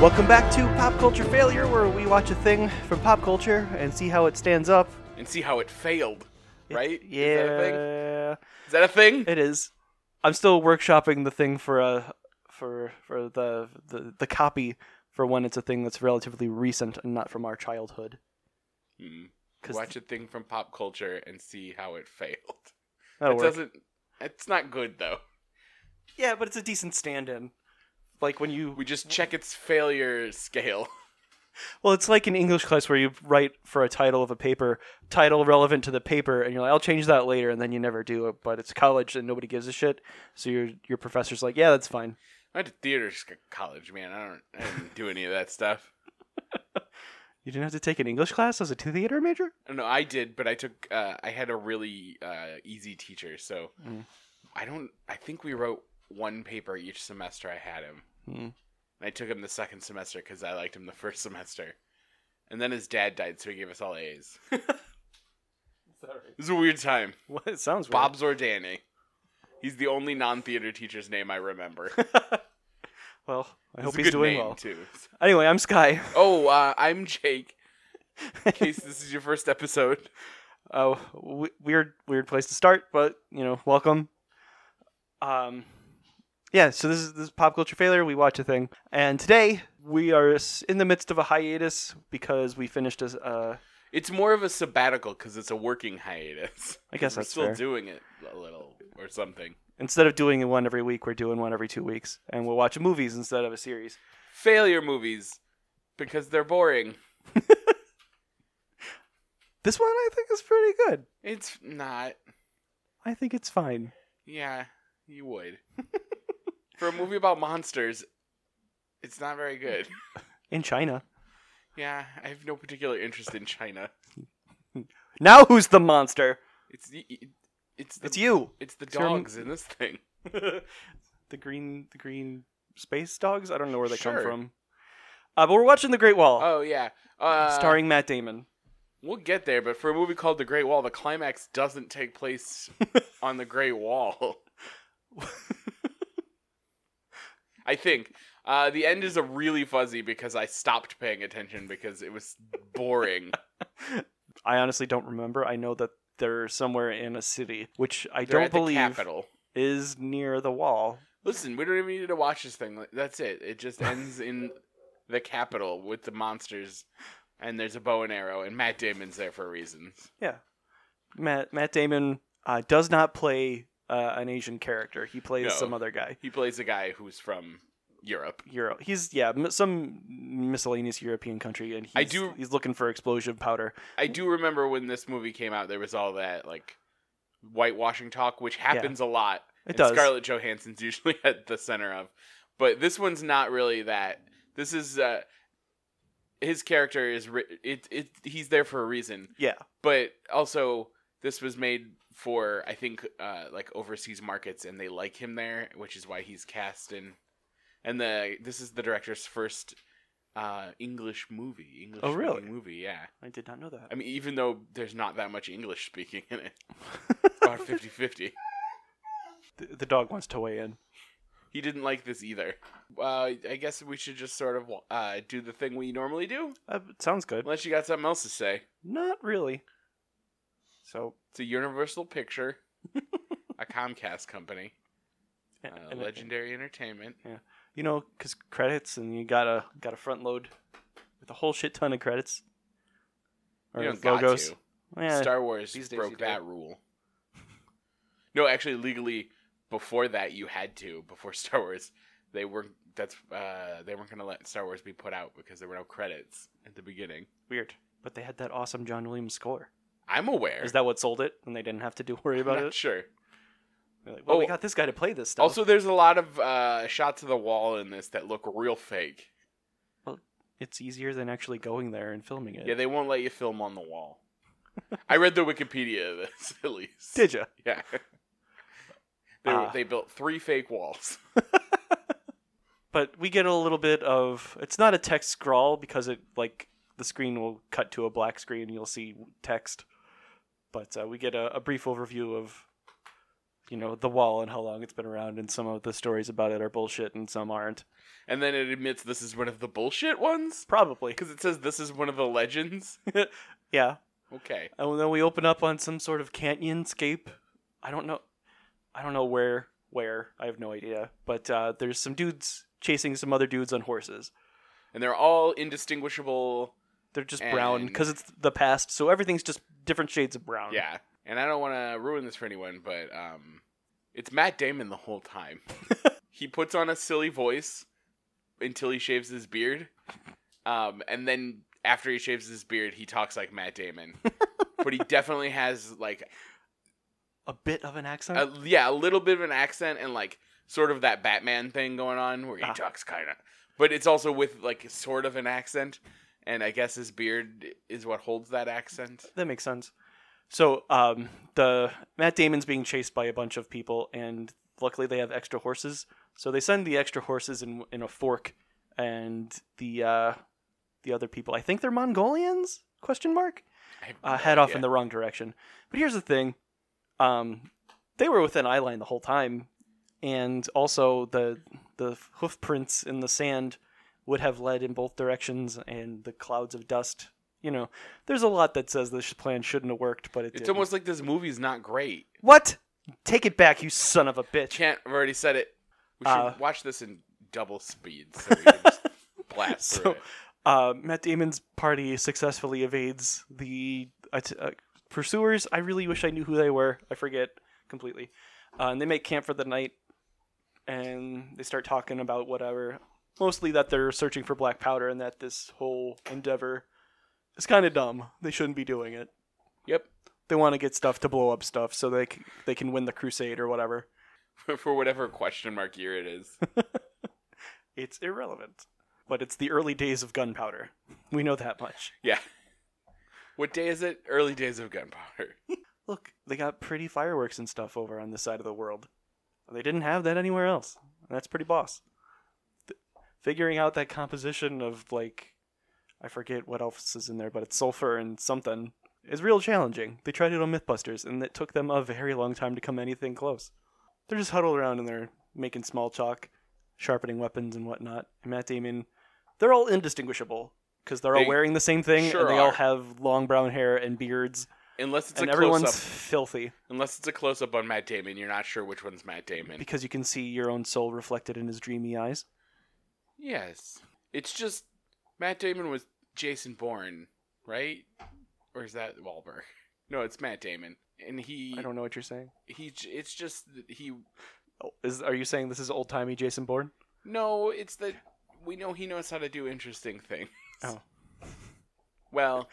Welcome back to Pop Culture Failure, where we watch a thing from pop culture and see how it stands up. and see how it failed. Right? Yeah, Is that a thing? Is that a thing? it is. I'm still workshopping the thing for uh for for the, the the copy for when it's a thing that's relatively recent and not from our childhood. Mm. Because Watch a thing from pop culture and see how it failed. that'll it work. doesn't. It's not good though. Yeah, but it's a decent stand-in. Like when you We just check its failure scale. Well, it's like in English class where you write for a title of a paper, title relevant to the paper, and you're like, "I'll change that later," and then you never do it. But it's college, and nobody gives a shit. So your your professor's like, "Yeah, that's fine." I went to theater sc- college, man. I don't. I didn't do any of that stuff. You didn't have to take an English class as a theater major. No, I did, but I took. Uh, I had a really uh, easy teacher, so Mm. I don't. I think we wrote one paper each semester. I had him. Mm. And I took him the second semester because I liked him the first semester, and then his dad died, so he gave us all A's. it was a weird time. Well, it sounds Bob Zordani. He's the only non-theater teacher's name I remember. I weird. Well, I hope he's doing well. too. Anyway, I'm Sky. Oh, uh, I'm Jake. In case this is your first episode, Uh, w- weird, weird place to start, but you know, welcome. Um, yeah. So this is this is pop culture failure. We watch a thing, and today we are s- in the midst of a hiatus because we finished a. Uh, it's more of a sabbatical because it's a working hiatus. I guess we're that's still fair. doing it a little or something. instead of doing one every week, we're doing one every two weeks, and we'll watch movies instead of a series. Failure movies because they're boring. This one I think is pretty good. It's not. I think it's fine. Yeah, you would. For a movie about monsters, it's not very good. In China, Yeah, I have no particular interest in China. now who's the monster? It's the it's the It's you. It's the your m- dogs in this thing. the green the green space dogs. I don't know where they Sure. come from. Uh, but we're watching The Great Wall, Oh yeah. Uh, starring Matt Damon. We'll get there, but for a movie called The Great Wall, the climax doesn't take place on the Great Wall. I think uh, the end is a really fuzzy because I stopped paying attention because it was boring. I honestly don't remember. I know that they're somewhere in a city, which I They're don't at the believe capital. is near the wall. Listen, we don't even need to watch this thing. Like, That's it. It just ends in the capital with the monsters, and there's a bow and arrow, and Matt Damon's there for reasons. Matt Matt Damon uh, does not play uh, an Asian character. He plays No. some other guy. He plays a guy who's from Europe. Euro. He's yeah, m- some miscellaneous European country, and he's, I do- He's looking for explosive powder. I do remember when this movie came out, there was all that like whitewashing talk, which happens a lot. It and does. Scarlett Johansson's usually at the center of, but this one's not really that. This is uh, his character is ri- it it he's there for a reason, Yeah, but also this was made for I think uh, like overseas markets, and they like him there, which is why he's cast in. And the this is the director's first uh, English movie. English Oh, really? movie, yeah. I did not know that. I mean, even though there's not that much English speaking in it, it's about 50 50. The, the dog wants to weigh in. He didn't like this either. Uh, I guess we should just sort of uh, do the thing we normally do, Uh, sounds good. unless you got something else to say. Not really. So It's a Universal Picture, a Comcast company, uh, and- and- Legendary Entertainment. you know, because credits and you gotta gotta front load with a whole shit ton of credits You don't logos. got Yeah, to. Star Wars these days you broke do. that rule. No, actually, legally, before that, you had to. Before Star Wars, they weren't. That's uh, they weren't going to let Star Wars be put out because there were no credits at the beginning. weird. But they had that awesome John Williams score. I'm aware. Is that what sold it? And they didn't have to do worry I'm about not it. sure. They're Like, well, we Oh. got this guy to play this stuff. Also, there's a lot of uh, shots of the wall in this that look real fake. it's easier than actually going there and filming it. Yeah, they won't let you film on the wall. I read the Wikipedia of this at least. Did you? yeah. They, were- Ah. they built three fake walls. But we get a little bit of it's not a text scrawl because it like the screen will cut to a black screen. You'll see text, but uh, we get a, a brief overview of you know the wall and how long it's been around, and some of the stories about it are bullshit and some aren't. And then it admits this is one of the bullshit ones Probably, because it says this is one of the legends. yeah. Okay. And then we open up on some sort of canyonscape. I don't know. I don't know where. Where I have no idea. But uh, there's some dudes chasing some other dudes on horses. And they're all indistinguishable. They're just brown And- because it's the past, so everything's just different shades of brown. Yeah. And I don't want to ruin this for anyone, but um, it's Matt Damon the whole time. he puts on a silly voice until he shaves his beard. Um, and then after he shaves his beard, he talks like Matt Damon. but he definitely has, like, a bit of an accent. a, yeah, a little bit of an accent and, like, sort of that Batman thing going on where he Ah. talks kind of. But it's also with, like, sort of an accent. And I guess his beard is what holds that accent. That makes sense. So um, the Matt Damon's being chased by a bunch of people, and luckily they have extra horses. So they send the extra horses in in a fork, and the uh, the other people. I think they're Mongolians? Question mark. I have Uh, no head off idea. in the wrong direction. But here's the thing, um, they were within eye line the whole time, and also the the hoof prints in the sand would have led in both directions, and the clouds of dust. You know, there's a lot that says this plan shouldn't have worked, but it It's did. almost like this movie's not great. what? Take it back, you son of a bitch. Chant, I've already said it. We should Uh, watch this in double speed so we can just blast through So- it. Uh, Matt Damon's party successfully evades the att- uh, pursuers. I really wish I knew who they were. I forget completely. Uh, and they make camp for the night, and they start talking about whatever. Mostly that they're searching for black powder, and that this whole endeavor is kind of dumb. They shouldn't be doing it. Yep. They want to get stuff to blow up stuff so they c- they can win the crusade or whatever. For whatever question mark year it is. It's irrelevant, but it's the early days of gunpowder. We know that much. Yeah. What day is it? Early days of gunpowder. look, they got pretty fireworks and stuff over on this side of the world. They didn't have that anywhere else. And that's pretty boss. Th- figuring out that composition of like, I forget what else is in there, but it's sulfur and something is real challenging. They tried it on MythBusters, and it took them a very long time to come anything close. They're just huddled around and they're making small talk, sharpening weapons and whatnot. And Matt Damon, they're all indistinguishable because they're all They wearing the same thing, sure and they all are. have long brown hair and beards Unless it's and a everyone's close up. filthy Unless it's a close up on Matt Damon, you're not sure which one's Matt Damon. because you can see your own soul reflected in his dreamy eyes. Yes. It's just Matt Damon was Jason Bourne, right? Or is that Wahlberg? No, it's Matt Damon. And he I don't know what you're saying. he j- it's just that he Oh, is are you saying this is old timey Jason Bourne? No, it's that we know he knows how to do interesting things. Oh. Well,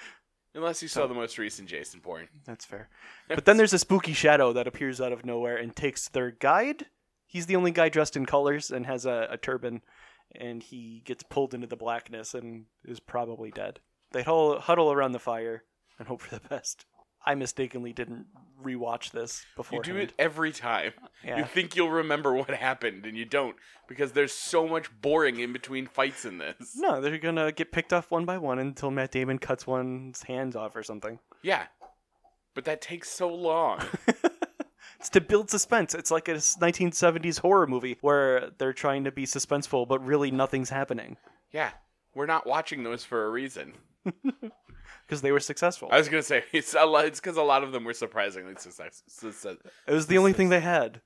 unless you saw So- the most recent Jason Bourne. That's fair. But then there's a spooky shadow that appears out of nowhere and takes their guide. He's the only guy dressed in colors and has a, a turban, and he gets pulled into the blackness and is probably dead. They huddle, huddle around the fire and hope for the best. I mistakenly didn't rewatch this You before. do it every time. You Yeah. think you'll remember what happened, and you don't because there's so much boring in between fights in this. No, they're gonna get picked off one by one until Matt Damon cuts one's hands off or something. Yeah, but that takes so long. it's to build suspense. It's like a s- 1970s horror movie where they're trying to be suspenseful, but really nothing's happening yeah, we're not watching those for a reason. because they were successful. I was gonna say it's a lot. It's because a lot of them were surprisingly success- success- It was the only thing they had.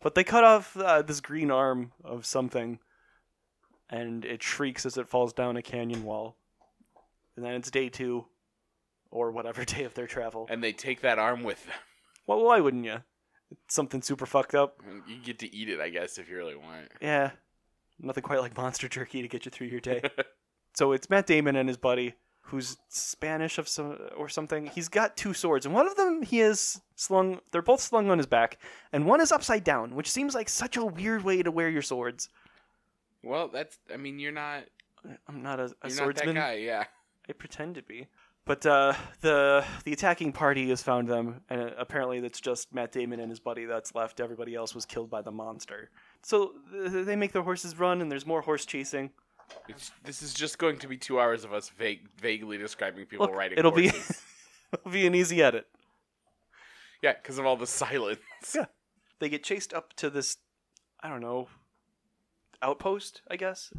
But they cut off uh, this green arm of something, and it shrieks as it falls down a canyon wall. And then it's day two, or whatever day of their travel. and they take that arm with them. Well, why wouldn't you? It's something super fucked up. And you get to eat it, I guess, if you really want. Yeah. Nothing quite like monster jerky to get you through your day. so it's Matt Damon and his buddy, who's Spanish of some or something. He's got two swords, and one of them he is slung. They're both slung on his back, and one is upside down, which seems like such a weird way to wear your swords. Well, that's. I mean, you're not. I'm not a, a You're not that swordsman. guy. Yeah. I pretend to be. But uh, the the attacking party has found them, and uh, apparently that's just Matt Damon and his buddy that's left. Everybody else was killed by the monster. So th- they make their horses run, and there's more horse chasing. It's, this is just going to be two hours of us vague, vaguely describing people Look, riding. it'll horses. be it'll be an easy edit. yeah, because of all the silence. Yeah. they get chased up to this, I don't know, outpost, I guess,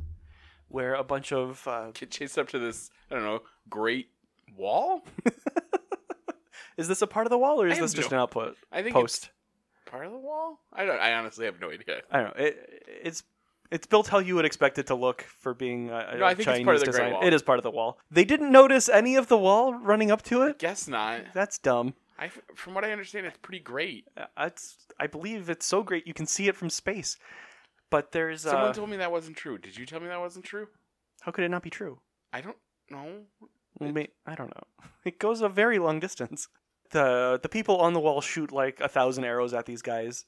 where a bunch of uh, Get chased up to this, I don't know, great wall? is this a part of the wall or I is have this just no- an outpost? I think Post. it's part of the wall? I don't I honestly have no idea. I don't know. It, it's it's built how you would expect it to look for being a, a No, I think Chinese it's part of the Great design. Wall. It is part of the wall. They didn't notice any of the wall running up to it. Guess not. That's dumb. I from what I understand it's pretty great. Uh, It's I believe it's so great you can see it from space. But there's Someone uh, told me that wasn't true. Did you tell me that wasn't true? how could it not be true? I don't know. Well, may- I don't know. It goes a very long distance. The the people on the wall shoot like a thousand arrows at these guys,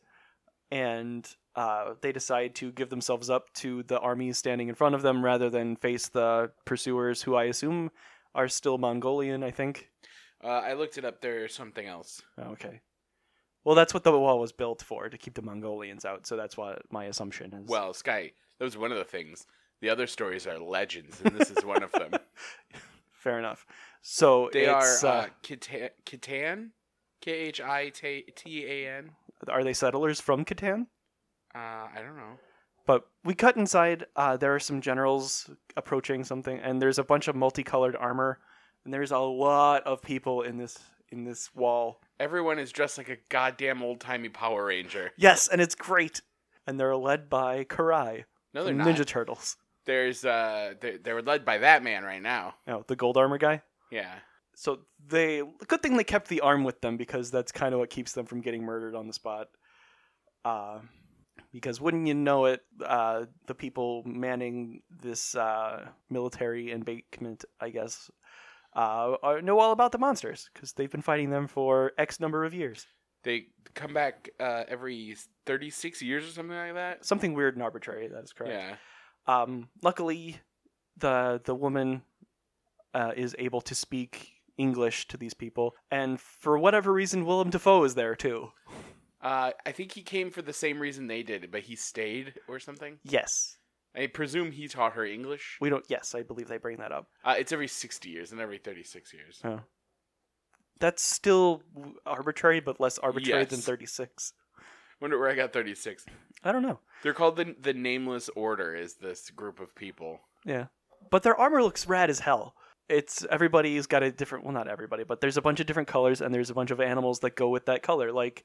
and uh, they decide to give themselves up to the armies standing in front of them rather than face the pursuers, who I assume are still Mongolian. I think. Uh, I looked it up. There's something else. Oh, okay. Well, that's what the wall was built for to keep the Mongolians out. So that's what my assumption is. Well, Sky, that was one of the things. The other stories are legends, and this is one of them. fair enough. So They it's, are uh, uh, Kita- Kitan, K H I T T A N. are they settlers from Catan? Uh, I don't know. But we cut inside. Uh, there are some generals approaching something, and there's a bunch of multicolored armor, and there's a lot of people in this in this wall. Everyone is dressed like a goddamn old timey Power Ranger. Yes, and it's great. And they're led by Karai, No, Oh, they're from not. Ninja Turtles. There's uh, they they were led by that man right now. Oh, the gold armor guy. Yeah, So they good thing they kept the arm with them because that's kind of what keeps them from getting murdered on the spot. Uh, because wouldn't you know it, uh, the people manning this uh, military embankment, I guess, uh, are, know all about the monsters because they've been fighting them for X number of years. they come back uh, every thirty six years or something like that. Something weird and arbitrary. That is correct. Yeah, Um, luckily, the the woman uh, is able to speak English to these people, and for whatever reason, Willem Dafoe is there too. uh, I think he came for the same reason they did, but he stayed or something. Yes, I presume he taught her English. we don't. Yes, I believe they bring that up. Uh, it's every sixty years and every thirty six years. That's still arbitrary, but less arbitrary than Yes. thirty six. Wonder where I got thirty six. I don't know, They're called the the Nameless Order. Is this group of people? but their armor looks rad as hell. It's everybody's got a different. Well, not everybody, but there's a bunch of different colors, and there's a bunch of animals that go with that color. Like,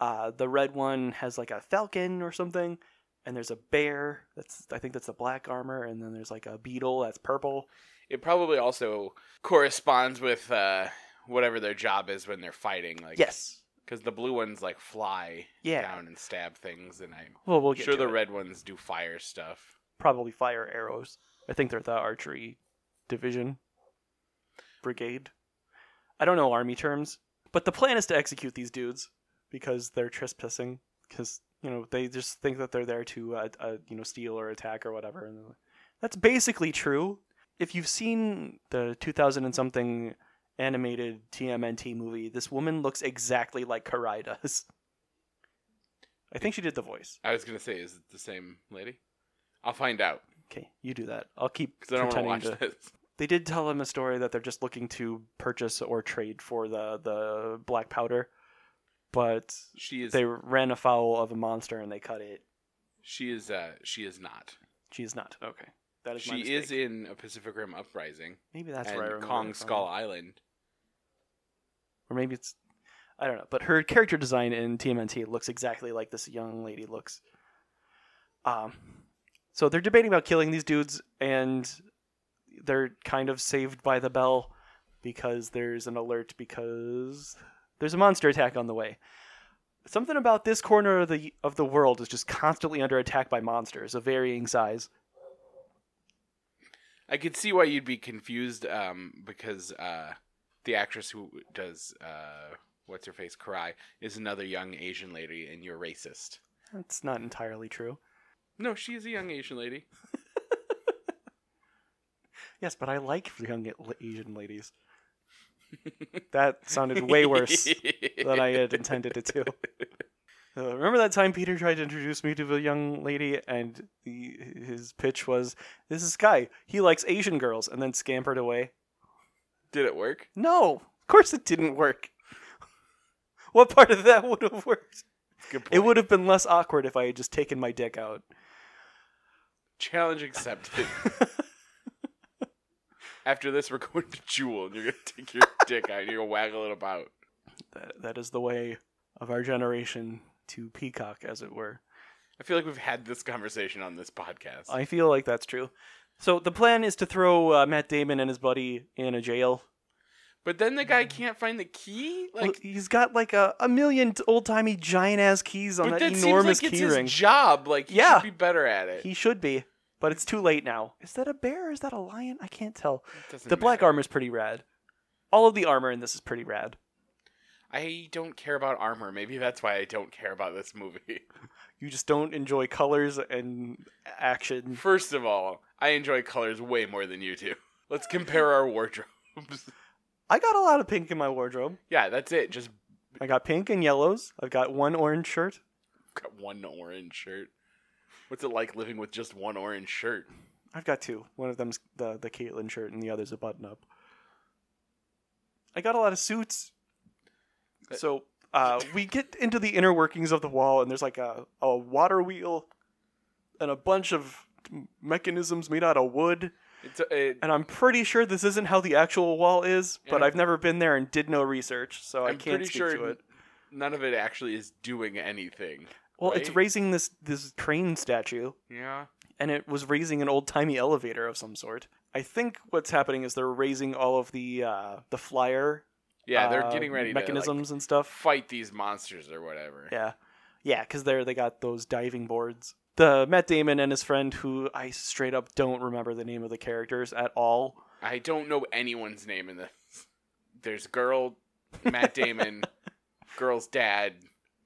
uh, the red one has like a falcon or something, and there's a bear. That's I think that's the black armor, and then there's like a beetle that's purple. It probably also corresponds with uh, whatever their job is when they're fighting. Like yes, because the blue ones like fly yeah. down and stab things, and I'm Well, we'll get sure to the it. red ones do fire stuff. probably fire arrows. I think they're the archery division, brigade. I don't know army terms, but the plan is to execute these dudes because they're trespassing. Because you know they just think that they're there to uh, uh, you know steal or attack or whatever. And they're- that's basically true. If you've seen the 2000 and something animated TMNT movie, this woman looks exactly like Karai does. I think she did the voice. I was gonna say, is it the same lady? I'll find out Okay, you do that. I'll keep because I don't pretending want to to. watch this. they did tell him a story that they're just looking to purchase or trade for the the black powder, but She is. they ran afoul of a monster and they cut it. She is. Uh, she is not. She is not okay. That is my She is mistake. in a Pacific Rim Uprising maybe that's where I and remember Kong it from. Skull Island. or maybe it's I don't know. But her character design in TMNT looks exactly like this young lady looks. Um, so they're debating about killing these dudes, and they're kind of saved by the bell because there's an alert because there's a monster attack on the way. Something about this corner of the of the world is just constantly under attack by monsters of varying size. I could see why you'd be confused um, because uh, the actress who does uh, what's her face cry is another young Asian lady, and you're racist. That's not entirely true. No, she is a young Asian lady. Yes, but I like young Asian ladies. that sounded way worse. that I had intended it to. Uh, remember that time Peter tried to introduce me to a young lady, and the, his pitch was, "This is Sky. He likes Asian girls," and then scampered away. Did it work? No, of course it didn't work. What part of that would have worked? Good point. It would have been less awkward if I had just taken my dick out. Challenge accepted. After this, we're going to Jewel, and you're gonna take your dick out. and You're gonna waggle it about. That, that is the way of our generation to peacock, as it were. I feel like we've had this conversation on this podcast. I feel like that's true. So the plan is to throw uh, Matt Damon and his buddy in a jail. but then the guy can't find the key. Well, Like, he's got like a, a million old timey giant ass keys on but that that enormous seems like keyring. it's his job. Like, he Yeah. should be better at it. He should be, but it's too late now. Is that a bear or is that a lion? I can't tell. Doesn't The black matter. armor is pretty rad. All of the armor in this is pretty rad. I don't care about armor. Maybe that's why I don't care about this movie. You just don't enjoy colors and action. First of all, I enjoy colors way more than you do. Let's compare our wardrobes. I got a lot of pink in my wardrobe. yeah, that's it. Just I got pink and yellows. I've got one orange shirt. got one orange shirt. What's it like living with just one orange shirt? I've got two. One of them's the the Caitlyn shirt, and the other's a button up. I got a lot of suits. So uh, we get into the inner workings of the wall, and there's like a, a water wheel and a bunch of mechanisms made out of wood. It's uh, it, And I'm pretty sure this isn't how the actual wall is, but Yeah. I've never been there and did no research, so I I'm can't pretty speak sure to it. none of it actually is doing anything. Well, it's right? raising this this crane statue, Yeah. and it was raising an old timey elevator of some sort. I think what's happening is they're raising all of the uh, the flyer Yeah, they're uh, getting ready mechanisms and to like, stuff. fight these monsters or whatever. Yeah, yeah, because they're they got those diving boards. The Matt Damon and his friend, who I straight up don't remember the name of the characters at all. I don't know anyone's name in this. There's girl, Matt Damon, girl's dad,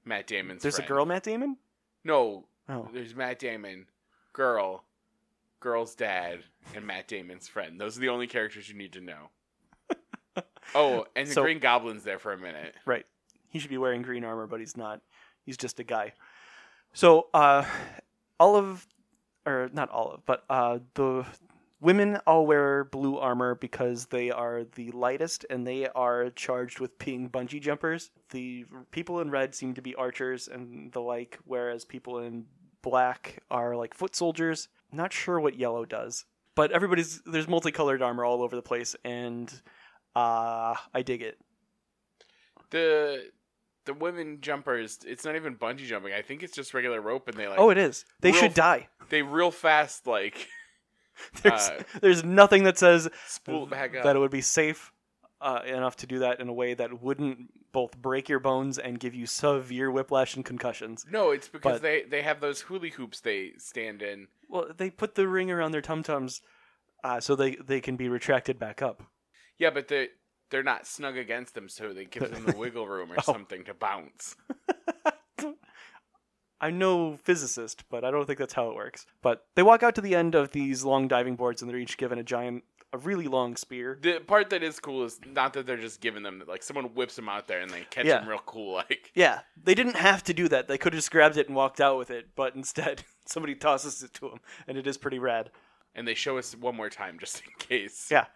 Matt Damon's. There's friend. a girl, Matt Damon. No, Oh, there's Matt Damon, girl, girl's dad, and Matt Damon's friend. Those are the only characters you need to know. Oh, and the So- Green Goblin's there for a minute. right. He should be wearing green armor, but he's not. He's just a guy. So, uh, all of, or not all of, but uh, the women all wear blue armor because they are the lightest and they are charged with being bungee jumpers. The people in red seem to be archers and the like, whereas people in black are like foot soldiers. Not sure what yellow does, but everybody's there's multicolored armor all over the place, and uh, I dig it. The the women jumpers, it's not even bungee jumping. I think it's just regular rope and they like oh, it is. They real- should die. they real fast like There's, Uh, there's nothing that says spool it back up. that it would be safe uh, enough to do that in a way that wouldn't both break your bones and give you severe whiplash and concussions. no, it's because but- they they have those hula hoops they stand in. Well, they put the ring around their tum tums uh, so they, they can be retracted back up. Yeah, but they they're not snug against them, so they give them the wiggle room or Oh. something to bounce. I'm no physicist, but I don't think that's how it works. But they walk out to the end of these long diving boards and they're each given a giant, a really long spear. The part that is cool is not that they're just giving them like someone whips them out there and they catch Yeah. them real cool like Yeah, they didn't have to do that. They could have just grabbed it and walked out with it, but instead somebody tosses it to them, and it is pretty rad. and they show us one more time just in case. Yeah.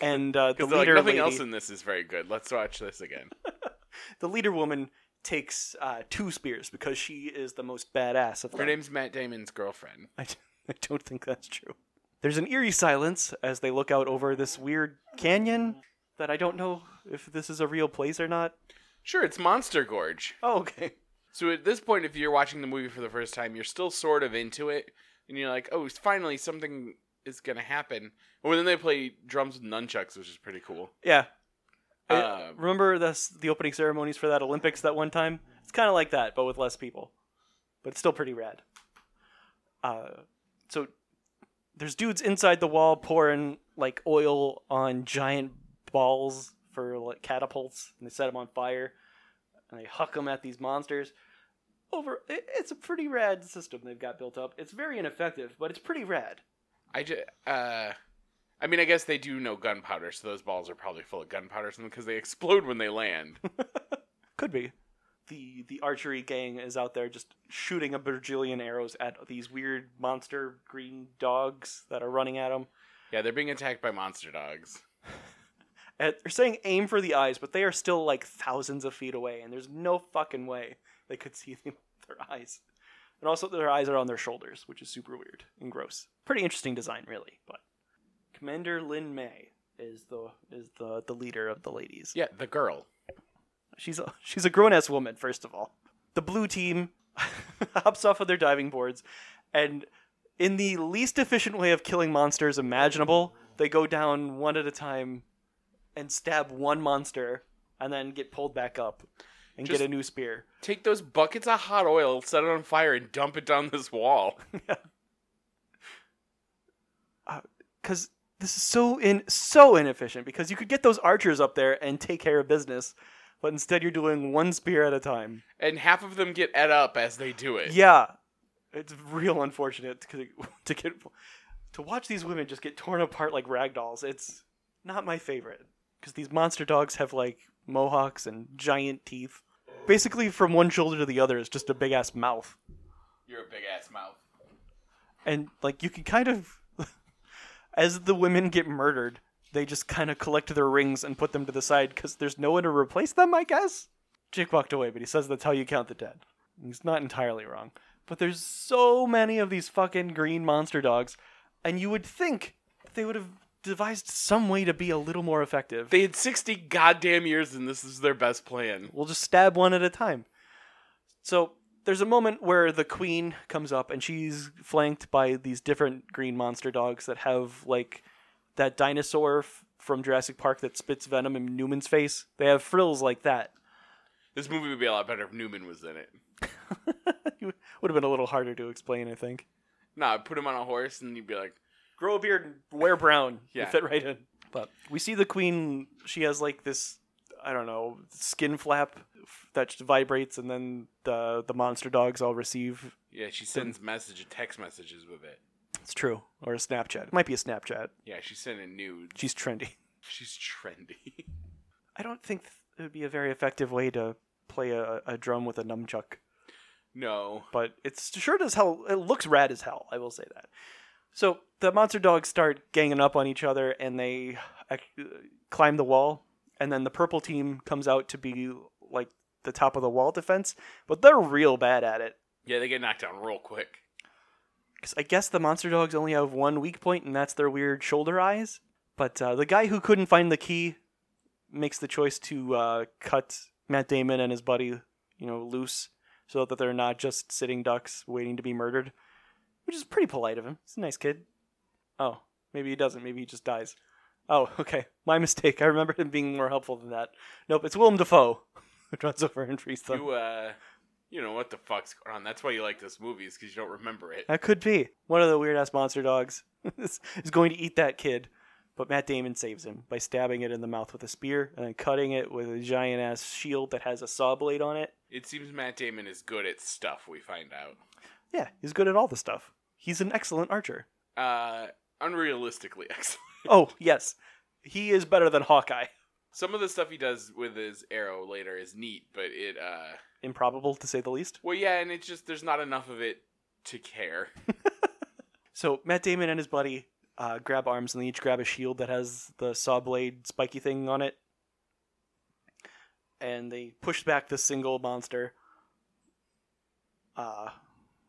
And uh, the Because like leader, nothing lady- else in this is very good. Let's watch this again. the leader woman takes uh, two spears because she is the most badass of Her them. name's Matt Damon's girlfriend. I, I don't think that's true. There's an eerie silence as they look out over this weird canyon that I don't know if this is a real place or not. Sure, it's Monster Gorge. Oh, okay. So at this point, if you're watching the movie for the first time, you're still sort of into it, and you're like, "Oh, it's finally something is gonna happen." Well, then they play drums with nunchucks, which is pretty cool. Yeah. I- Uh, Remember this, the opening ceremonies for that Olympics that one time? It's kind of like that, but with less people. But it's still pretty rad. Uh, so there's dudes inside the wall pouring like oil on giant balls for like catapults, and they set them on fire, and they huck them at these monsters. Over, it, it's a pretty rad system they've got built up. It's very ineffective, but it's pretty rad. I just, uh, I mean, I guess they do know gunpowder, so those balls are probably full of gunpowder, or something because they explode when they land. Could be. The the archery gang is out there just shooting a bajillion arrows at these weird monster green dogs that are running at them. yeah, they're being attacked by monster dogs. Eh, And they're saying aim for the eyes, but they are still like thousands of feet away, and there's no fucking way They could see them with their eyes. And also, their eyes are on their shoulders, which is super weird and gross. Pretty interesting design, really. But Commander Lin May is the is the the leader of the ladies. Yeah, the girl. She's a she's a grown ass woman, first of all. The blue team hops off of their diving boards, and in the least efficient way of killing monsters imaginable, they go down one at a time and stab one monster, and then get pulled back up and Just- get a new spear. Take those buckets of hot oil, set it on fire, and dump it down this wall. Because this is so in so inefficient. Because you could get those archers up there and take care of business, but instead you're doing one spear at a time. And half of them get ed up as they do it. Yeah, it's real unfortunate to, to get to watch these women just get torn apart like rag dolls. It's not my favorite because these monster dogs have like mohawks and giant teeth. Basically, from one shoulder to the other is just a big ass mouth, You're a big ass mouth. and like you can kind of, as the women get murdered, they just kind of collect their rings and put them to the side because there's no one to replace them. I guess. Jake walked away, but he says that's how you count the dead. He's not entirely wrong. But there's so many of these fucking green monster dogs, and you would think they would have devised some way to be a little more effective. They had 60 goddamn years, and this is their best plan. we'll just stab one at a time. So there's a moment where the queen comes up, and she's flanked by these different green monster dogs that have like that dinosaur f- from Jurassic Park that spits venom in Newman's face. They have frills like that. This movie would be a lot better if Newman was in it. would have been a little harder to explain, I think. Nah, put him on a horse, and you'd be like, grow a beard and wear brown. Yeah. You fit right in. But we see the queen. She has like this, I don't know, skin flap that just vibrates, and then the the monster dogs all receive. yeah, she sends message, text messages with it. It's true, or a Snapchat. It might be a Snapchat. Yeah, she's sending nudes. She's trendy. She's trendy. I don't think it would be a very effective way to play a, a drum with a nunchuck. no. but it's sure does hell. It looks rad as hell. I will say that. So the monster dogs start ganging up on each other, and they ac- climb the wall. And then the purple team comes out to be like the top of the wall defense, but they're real bad at it. Yeah, they get knocked down real quick. 'Cause I guess the monster dogs only have one weak point, and that's their weird shoulder eyes. But uh, the guy who couldn't find the key makes the choice to uh, cut Matt Damon and his buddy, you know, loose, so that they're not just sitting ducks waiting to be murdered, which is pretty polite of him. He's a nice kid. Oh, maybe he doesn't. Maybe he just dies. Oh, okay, my mistake. I remember him being more helpful than that. Nope, it's Willem Dafoe who runs over and frees them. You, uh, you know what the fuck's going on. That's why you like this movie, is because you don't remember it. That could be. One of the weird ass monster dogs is is going to eat that kid, but Matt Damon saves him by stabbing it in the mouth with a spear and then cutting it with a giant ass shield that has a saw blade on it. It seems Matt Damon is good at stuff, we find out. Yeah, he's good at all the stuff. He's an excellent archer. Uh, unrealistically excellent. Oh, yes. He is better than Hawkeye. Some of the stuff he does with his arrow later is neat, but it, uh, Improbable to say the least. well, yeah, and it's just, there's not enough of it to care. So Matt Damon and his buddy uh, grab arms and they each grab a shield that has the saw blade spiky thing on it. And they push back the single monster. Uh,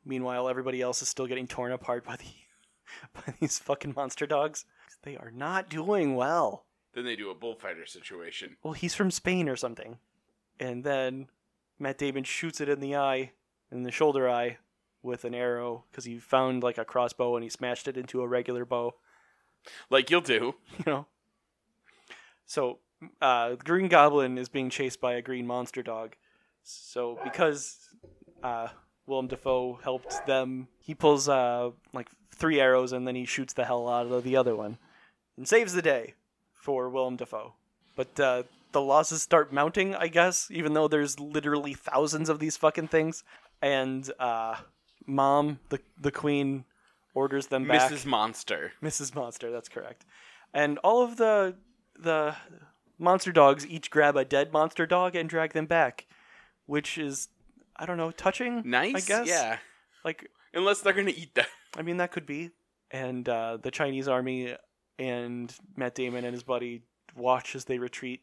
meanwhile, everybody else is still getting torn apart by the by these fucking monster dogs. They are not doing well. Then they do a bullfighter situation. Well, he's from Spain or something. And then Matt Damon shoots it in the eye, in the shoulder eye, with an arrow because he found like a crossbow and he smashed it into a regular bow. Like you'll do. you know. So, uh, the Green Goblin is being chased by a green monster dog. So, because uh, Willem Dafoe helped them, he pulls uh, like three arrows and then he shoots the hell out of the other one and saves the day for Willem Dafoe. But uh, the losses start mounting, I guess, even though there's literally thousands of these fucking things. And uh, mom, the the queen, orders them back. Mrs. Monster. Mrs. Monster, that's correct. And all of the the monster dogs each grab a dead monster dog and drag them back, which is I don't know, touching. Nice? I guess. Yeah. Like Unless they're going to eat that. I mean that could be. And uh, the Chinese army and Matt Damon and his buddy watch as they retreat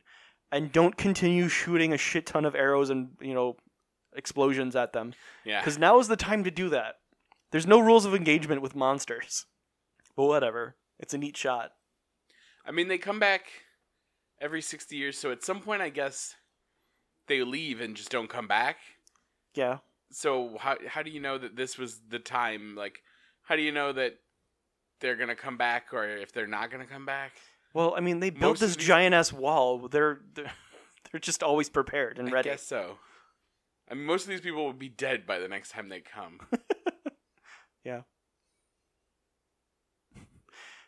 and don't continue shooting a shit ton of arrows and you know explosions at them Yeah. because now is the time to do that. There's no rules of engagement with monsters, but whatever. It's a neat shot. I mean, they come back every 60 years, so at some point, I guess they leave and just don't come back. Yeah, So how how do you know that this was the time? Like, how do you know that they're gonna come back or if they're not gonna come back? Well, I mean, they built Most of this these- giant ass wall. They're, they're they're just always prepared and I ready. guess so. I mean, most of these people will be dead by the next time they come.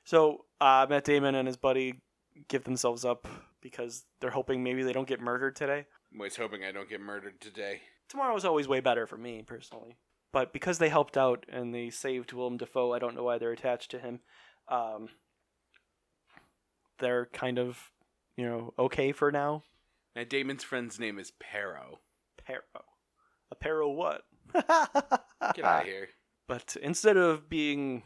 So uh, Matt Damon and his buddy give themselves up because they're hoping maybe they don't get murdered today. I'm always hoping I don't get murdered today. Tomorrow is always way better for me personally, but because they helped out and they saved Willem Dafoe, I don't know why they're attached to him. Um, they're kind of, you know, okay for now. Now, Damon's friend's name is Pero. Pero, a pero what? Get out of here. But instead of being,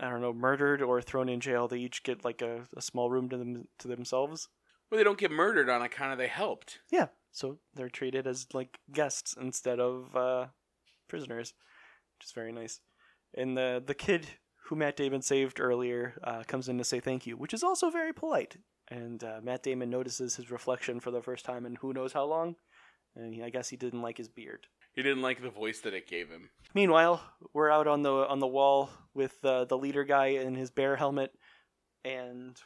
I don't know, murdered or thrown in jail, they each get like a, a small room to them to themselves. Well, they don't get murdered on account of they helped. Yeah. So they're treated as like guests instead of uh, prisoners, which is very nice. And the the kid who Matt Damon saved earlier uh, comes in to say thank you, which is also very polite. And uh, Matt Damon notices his reflection for the first time in who knows how long, and he, I guess he didn't like his beard. He didn't like the voice that it gave him. Meanwhile, we're out on the on the wall with uh, the leader guy in his bear helmet and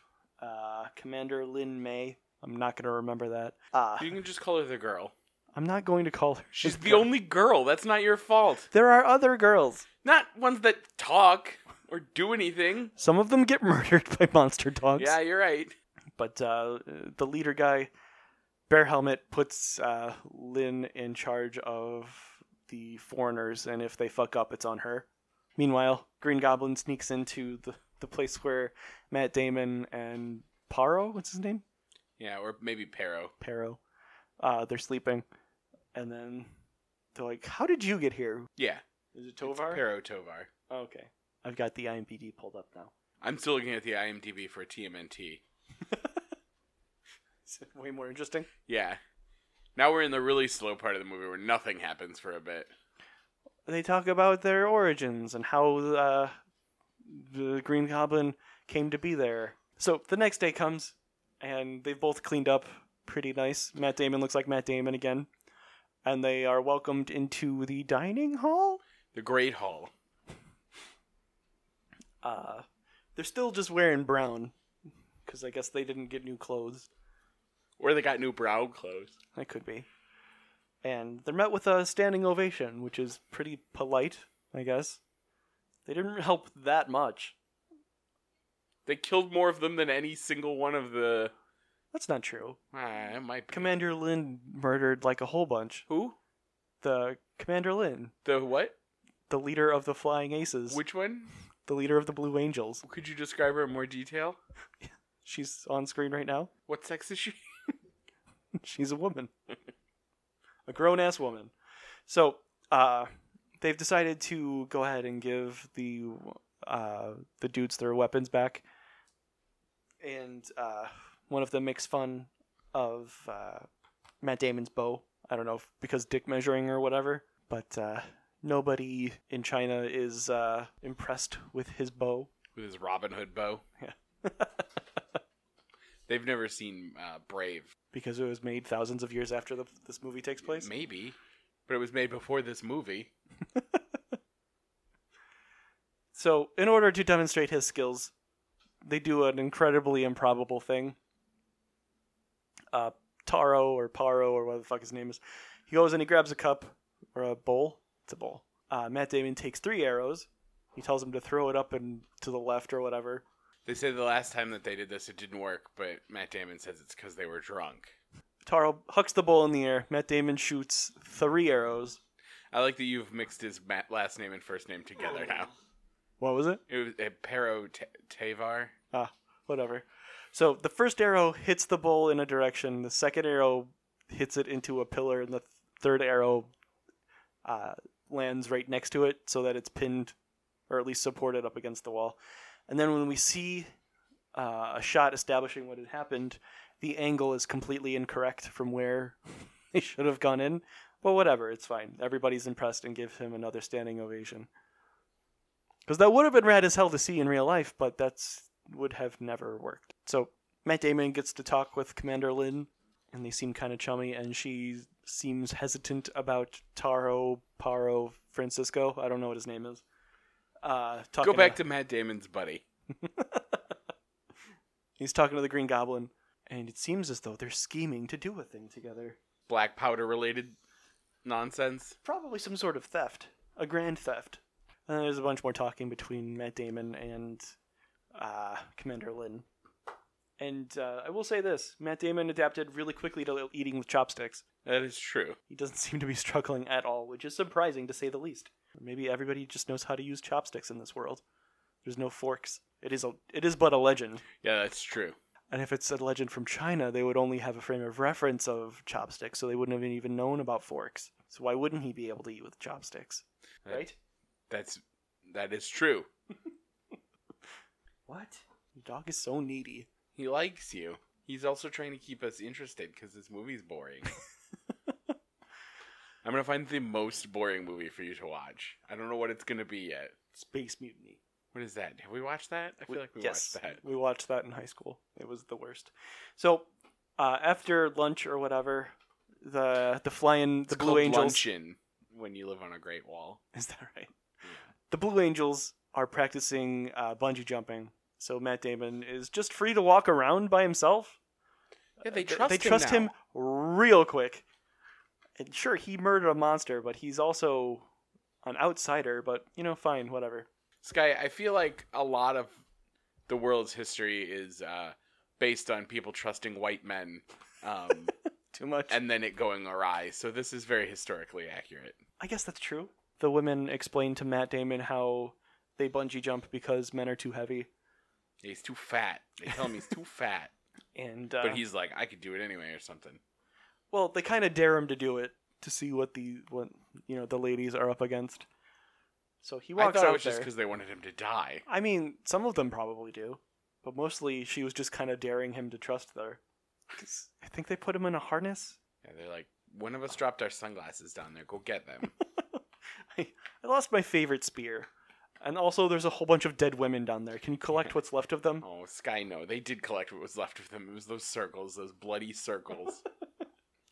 uh, Commander Lin May. I'm not going to remember that. Uh, You can just call her the girl. I'm not going to call her. She's the only girl. That's not your fault. There are other girls. Not ones that talk or do anything. Some of them get murdered by monster dogs. Yeah, you're right. But uh, the leader guy, bear helmet, puts uh, Lin in charge of the foreigners, and if they fuck up, it's on her. Meanwhile, Green Goblin sneaks into the, the place where Matt Damon and Paro, what's his name? Yeah, or maybe Pero. Paro, uh, they're sleeping. And then they're like, How did you get here? Yeah. Is it it's Tovar? Pero Tovar. Oh, okay. I've got the IMPD pulled up now. I'm still looking at the IMDb for TMNT. It's way more interesting. Yeah. Now we're in the really slow part of the movie where nothing happens for a bit. they talk about their origins and how uh, the Green Goblin came to be there. So the next day comes, and they've both cleaned up pretty nice. Matt Damon looks like Matt Damon again, and they are welcomed into the dining hall. The Great Hall. Uh, they're still just wearing brown, because I guess they didn't get new clothes. Or they got new brow clothes. That could be. And they're met with a standing ovation, which is pretty polite, I guess. They didn't help that much. They killed more of them than any single one of the. That's not true. Ah, it might be. Commander Lin murdered like a whole bunch. Who? The Commander Lin, The what? the leader of the Flying Aces, Which one? the leader of the Blue Angels. Could you describe her in more detail? She's on screen right now. What sex is she? She's a woman, a grown ass woman. So uh, they've decided to go ahead and give the uh, the dudes their weapons back, and uh, one of them makes fun of uh, Matt Damon's bow. I don't know if because dick measuring or whatever, but uh, nobody in China is uh, impressed with his bow. with his Robin Hood bow. Yeah. They've never seen uh, Brave. Because it was made thousands of years after the, this movie takes place. Maybe, but it was made before this movie. So, in order to demonstrate his skills, they do an incredibly improbable thing. Uh, Taro or Paro or whatever the fuck his name is, he goes and he grabs a cup or a bowl. It's a bowl. Uh, Matt Damon takes three arrows. He tells him to throw it up and to the left or whatever. They said the last time that they did this, it didn't work, but Matt Damon says it's because they were drunk. Taro hucks the bowl in the air. Matt Damon shoots three arrows. I like that you've mixed his ma- last name and first name together now. What was it? It was uh, Pero T- Tavar. whatever. So the first arrow hits the bowl in a direction. The second arrow hits it into a pillar, and the third arrow uh, lands right next to it, so that it's pinned, or at least supported up against the wall. And then when we see uh, a shot establishing what had happened, the angle is completely incorrect from where they should have gone in. But whatever, it's fine. Everybody's impressed and gives him another standing ovation. Because that would have been rad as hell to see in real life, but that's would have never worked. So Matt Damon gets to talk with Commander Lin, and they seem kind of chummy, and she seems hesitant about Taro Paro Francisco. I don't know what his name is. Uh, Go talking back to Matt Damon's buddy. He's talking to the Green Goblin, and it seems as though they're scheming to do a thing together. Black powder related nonsense. Probably some sort of theft, a grand theft. And then there's a bunch more talking between Matt Damon and uh, Commander Lin. And uh, I will say this Matt Damon adapted really quickly to eating with chopsticks. That is true. He doesn't seem to be struggling at all, which is surprising to say the least. Maybe everybody just knows how to use chopsticks in this world. There's no forks. It is a, it is but a legend. Yeah, that's true. And if it's a legend from China, they would only have a frame of reference of chopsticks, so they wouldn't have even known about forks. So why wouldn't he be able to eat with chopsticks? That- Right? That's that is true. What? The dog is so needy. He likes you. He's also trying to keep us interested because this movie's boring. I'm gonna find the most boring movie for you to watch. I don't know what it's gonna be yet. Space mutiny. What is that? Have we watched that? I feel like we yes, watched that. we watched that in high school. It was the worst. So uh, after lunch or whatever, the the flying the It's Blue called Angels Luncheon when you live on a Great Wall. Is that right? The Blue Angels are practicing uh, bungee jumping, so Matt Damon is just free to walk around by himself. Yeah, they Uh, th- trust they him trust him now. real quick. And sure, he murdered a monster, but he's also an outsider. But you know, fine, whatever. Sky, I feel like a lot of the world's history is uh, based on people trusting white men, um, Too much. And and then it going awry. So this is very historically accurate. I guess that's true. The women explain to Matt Damon how they bungee jump because men are too heavy, He's too fat. They tell him he's too fat, and uh, but he's like, I could do it anyway or something. Well, they kind of dare him to do it to see what the what you know the ladies are up against. So he I walks thought out it was there. just because they wanted him to die. I mean, some of them probably do, but mostly she was just kind of daring him to trust her. 'Cause I think they put him in a harness. Yeah, they're like, one of us dropped our sunglasses down there. Go get them. I lost my favorite spear, and also there's a whole bunch of dead women down there. Can you collect what's left of them? oh, Sky, no, they did collect what was left of them. It was those circles, those bloody circles.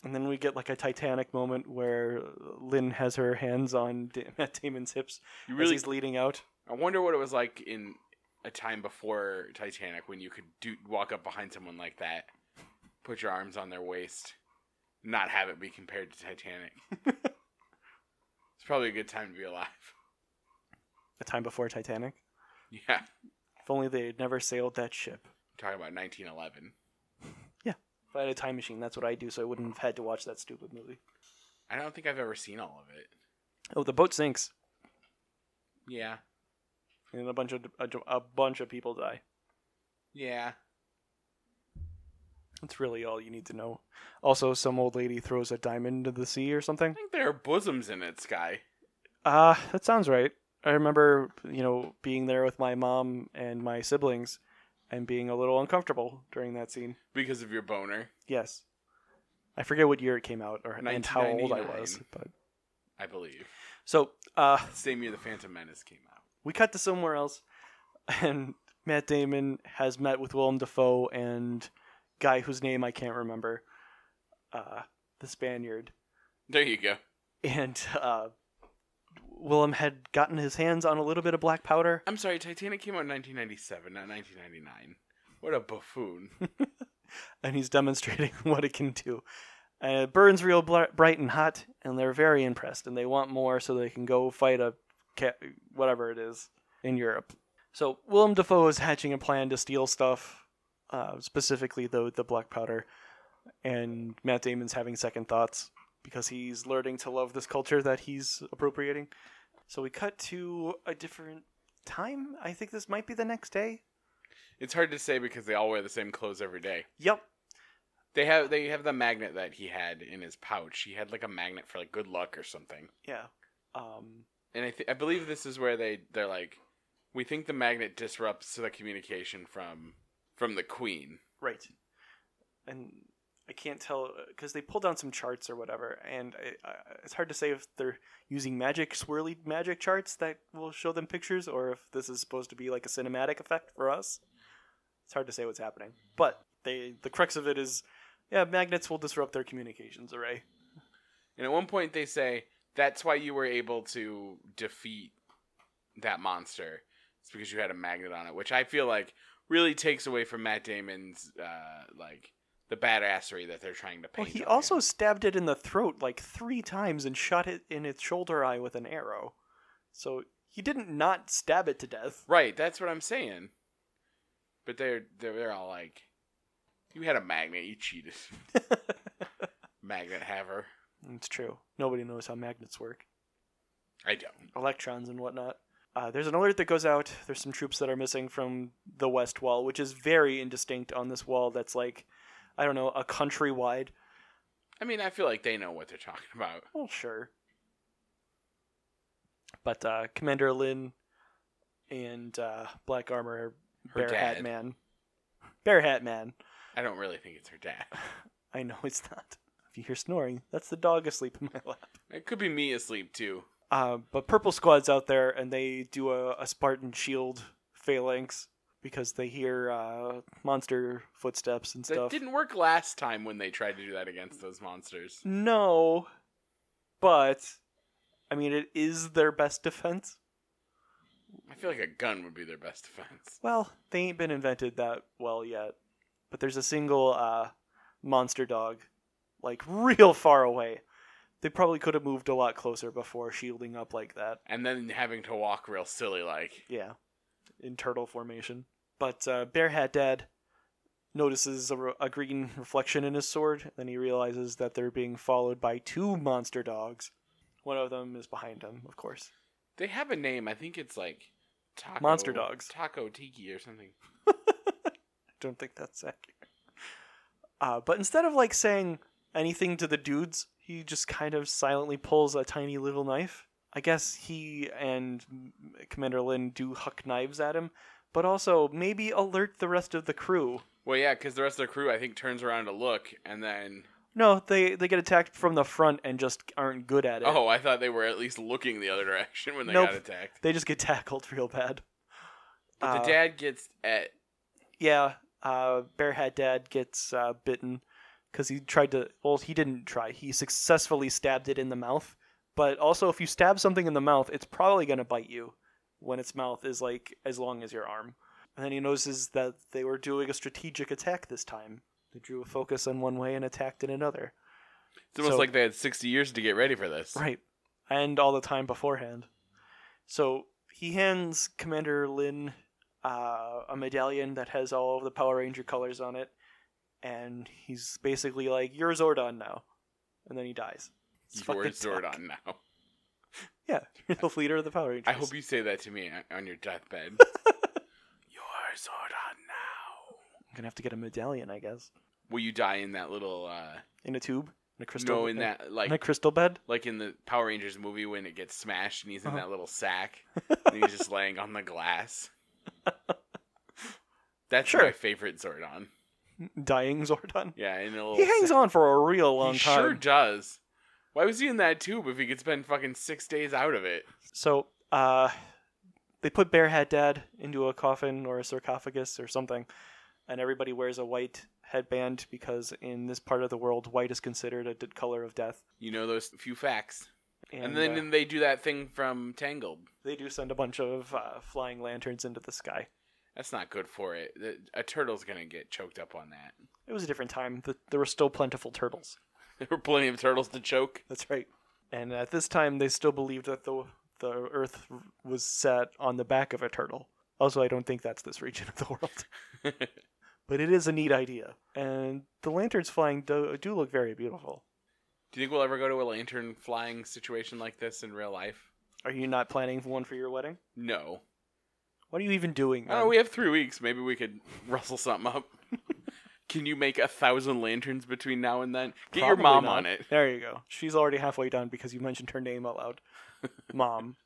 And then we get like a Titanic moment where Lynn has her hands on Da- Matt Damon's hips You as really he's leading out. I wonder what it was like in a time before Titanic when you could do walk up behind someone like that, put your arms on their waist, not have it be compared to Titanic. it's probably a good time to be alive. A time before Titanic. Yeah, If only they had never sailed that ship. talking about 1911. If I had a time machine, that's what I do, so I wouldn't have had to watch that stupid movie. I don't think I've ever seen all of it. Oh, the boat sinks, Yeah, and a bunch of a, a bunch of people die. yeah. That's really all you need to know. Also, some old lady throws a diamond into the sea or something. I think there are bosoms in it, Sky. Uh, that sounds right. I remember, you know, being there with my mom and my siblings, and being a little uncomfortable during that scene. Because of your boner, Yes, I forget what year it came out or and how old I 1999. was, but I believe. so uh, Same year the Phantom Menace came out. we cut to somewhere else, and Matt Damon has met with Willem Dafoe and guy whose name I can't remember, uh, the Spaniard, There you go. and uh, Willem had gotten his hands on a little bit of black powder. I'm sorry, Titanic came out in 1997, not 1999. What a buffoon. and he's demonstrating what it can do. And it burns real bl- bright and hot, and they're very impressed, and they want more so they can go fight a cat, whatever it is, in Europe. So Willem Dafoe is hatching a plan to steal stuff, uh, specifically the the black powder, and Matt Damon's having second thoughts because he's learning to love this culture that he's appropriating. So we cut to a different time. I think this might be the next day. It's hard to say because they all wear the same clothes every day. Yep, They have they have the magnet that he had in his pouch. He had like a magnet for like good luck or something. yeah. Um, And I th- I believe this is where they they're like, we think the magnet disrupts the communication from from the queen. Right. And I can't tell because they pulled down some charts or whatever, and I, I, it's hard to say if they're using magic swirly magic charts that will show them pictures, or if this is supposed to be like a cinematic effect for us. It's hard to say what's happening, but they the crux of it is, yeah, magnets will disrupt their communications array. And at one point they say that's why you were able to defeat that monster. It's because you had a magnet on it, which I feel like really takes away from Matt Damon's uh, like the badassery that they're trying to paint. Well, he on also him. stabbed it in the throat like three times and shot it in its shoulder eye with an arrow. So he didn't not stab it to death. right. That's what I'm saying. But they're they're, they're all like, you had a magnet, you cheated, magnet haver. It's true. Nobody knows how magnets work, I don't. electrons and whatnot. Uh, there's an alert that goes out. There's some troops that are missing from the west wall, which is very indistinct on this wall. That's like, I don't know, a country wide. I mean, I feel like they know what they're talking about. Well, sure. But uh, Commander Lin and uh, Black Armor Her Bear Hat dad. Man. Bear Hat Man. I don't really think it's her dad. I know it's not. If you hear snoring, that's the dog asleep in my lap. It could be me asleep too. Uh, but Purple Squad's out there and they do a, a Spartan shield phalanx because they hear uh, monster footsteps and That stuff. didn't work last time when they tried to do that against those monsters. No, but I mean, it is their best defense. I feel like a gun would be their best defense. Well, they ain't been invented that well yet. But there's a single uh, monster dog, like real far away. They probably could have moved a lot closer before shielding up like that. And then having to walk real silly like. Yeah, in turtle formation. But uh, Bear Hat Dad notices a, re- a green reflection in his sword. Then he realizes that they're being followed by two monster dogs. One of them is behind him, of course. They have a name. I think it's like Taco Monster dogs. Taco Tiki or something. don't think that's accurate. Uh, but instead of like saying anything to the dudes, he just kind of silently pulls a tiny little knife. I guess he and Commander Lin do huck knives at him, but also maybe alert the rest of the crew. Well, yeah, because the rest of their crew, I think, turns around to look, and then No, they they get attacked from the front and just aren't good at it. oh, I thought they were at least looking the other direction when they Nope. got attacked. They just get tackled real bad. But Uh, the dad gets at Yeah, uh, Bear Hat Dad gets uh, bitten because he tried to. Well, he didn't try. He successfully stabbed it in the mouth. But also, if you stab something in the mouth, it's probably gonna bite you when its mouth is like as long as your arm. And then he notices that they were doing a strategic attack this time. They drew a focus in one way and attacked in another. it's almost so- like they had sixty years to get ready for this. Right. And all the time beforehand. So he hands Commander Lin uh, a medallion that has all of the Power Ranger colors on it. And he's basically like, You're Zordon now. And then he dies. It's You're fucking sick. Zordon now. Yeah, you're the leader of the Power Rangers. I hope you say that to me on your deathbed. You're Zordon now. I'm going to have to get a medallion, I guess. Will you die in that little uh In a tube? In a crystal no in in- that in a like crystal bed? like in the Power Rangers movie when it gets smashed and he's in Uh-huh. that little sack and he's just laying on the glass. That's Sure. my favorite Zordon. Dying Zordon? Yeah, in a little He hangs sack. on for a real long he time. sure does. Why was he in that tube if he could spend fucking six days out of it? So, uh, they put Bear Hat Dad into a coffin or a sarcophagus or something, and everybody wears a white headband because in this part of the world, white is considered a d- color of death. You know those few facts. And, And, then uh, they do that thing from Tangled. they do send a bunch of uh, flying lanterns into the sky. That's not good for it. The- A turtle's gonna get choked up on that. It was a different time. Th there were still plentiful turtles. There were plenty of turtles to choke. That's right. And at this time, they still believed that the the Earth was set on the back of a turtle. Also, I don't think that's this region of the world. but it is a neat idea, and the lanterns flying do, do look very beautiful. Do you think we'll ever go to a lantern flying situation like this in real life? Are you not planning one for your wedding? No. What are you even doing? Oh, man? we have three weeks. Maybe we could rustle something up. Can you make a thousand lanterns between now and then? Get your Probably mom not. on it. There you go. She's already halfway done because you mentioned her name out loud. Mom.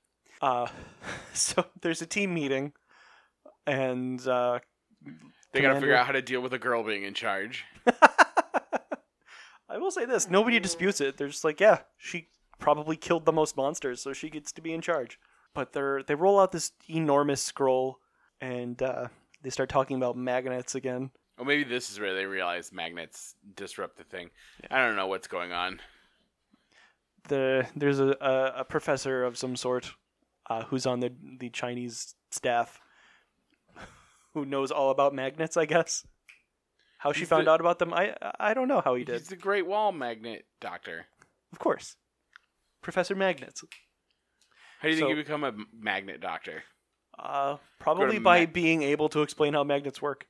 Uh, so there's a team meeting, and uh, They gotta Commander. figure out how to deal with a girl being in charge. I will say this: nobody disputes it. They're just like, yeah, she probably killed the most monsters, so she gets to be in charge. But they're they roll out this enormous scroll, and uh, they start talking about magnets again. Or maybe this is where they realize magnets disrupt the thing. I don't know what's going on. The there's a, a, a professor of some sort, uh, who's on the the Chinese staff, who knows all about magnets. I guess. How she He's found the- out about them, I I don't know how he did. He's the Great Wall Magnet Doctor. Of course. Professor Magnets. How do you think So- you become a m- magnet doctor? Uh, probably Mag- by being able to explain how magnets work.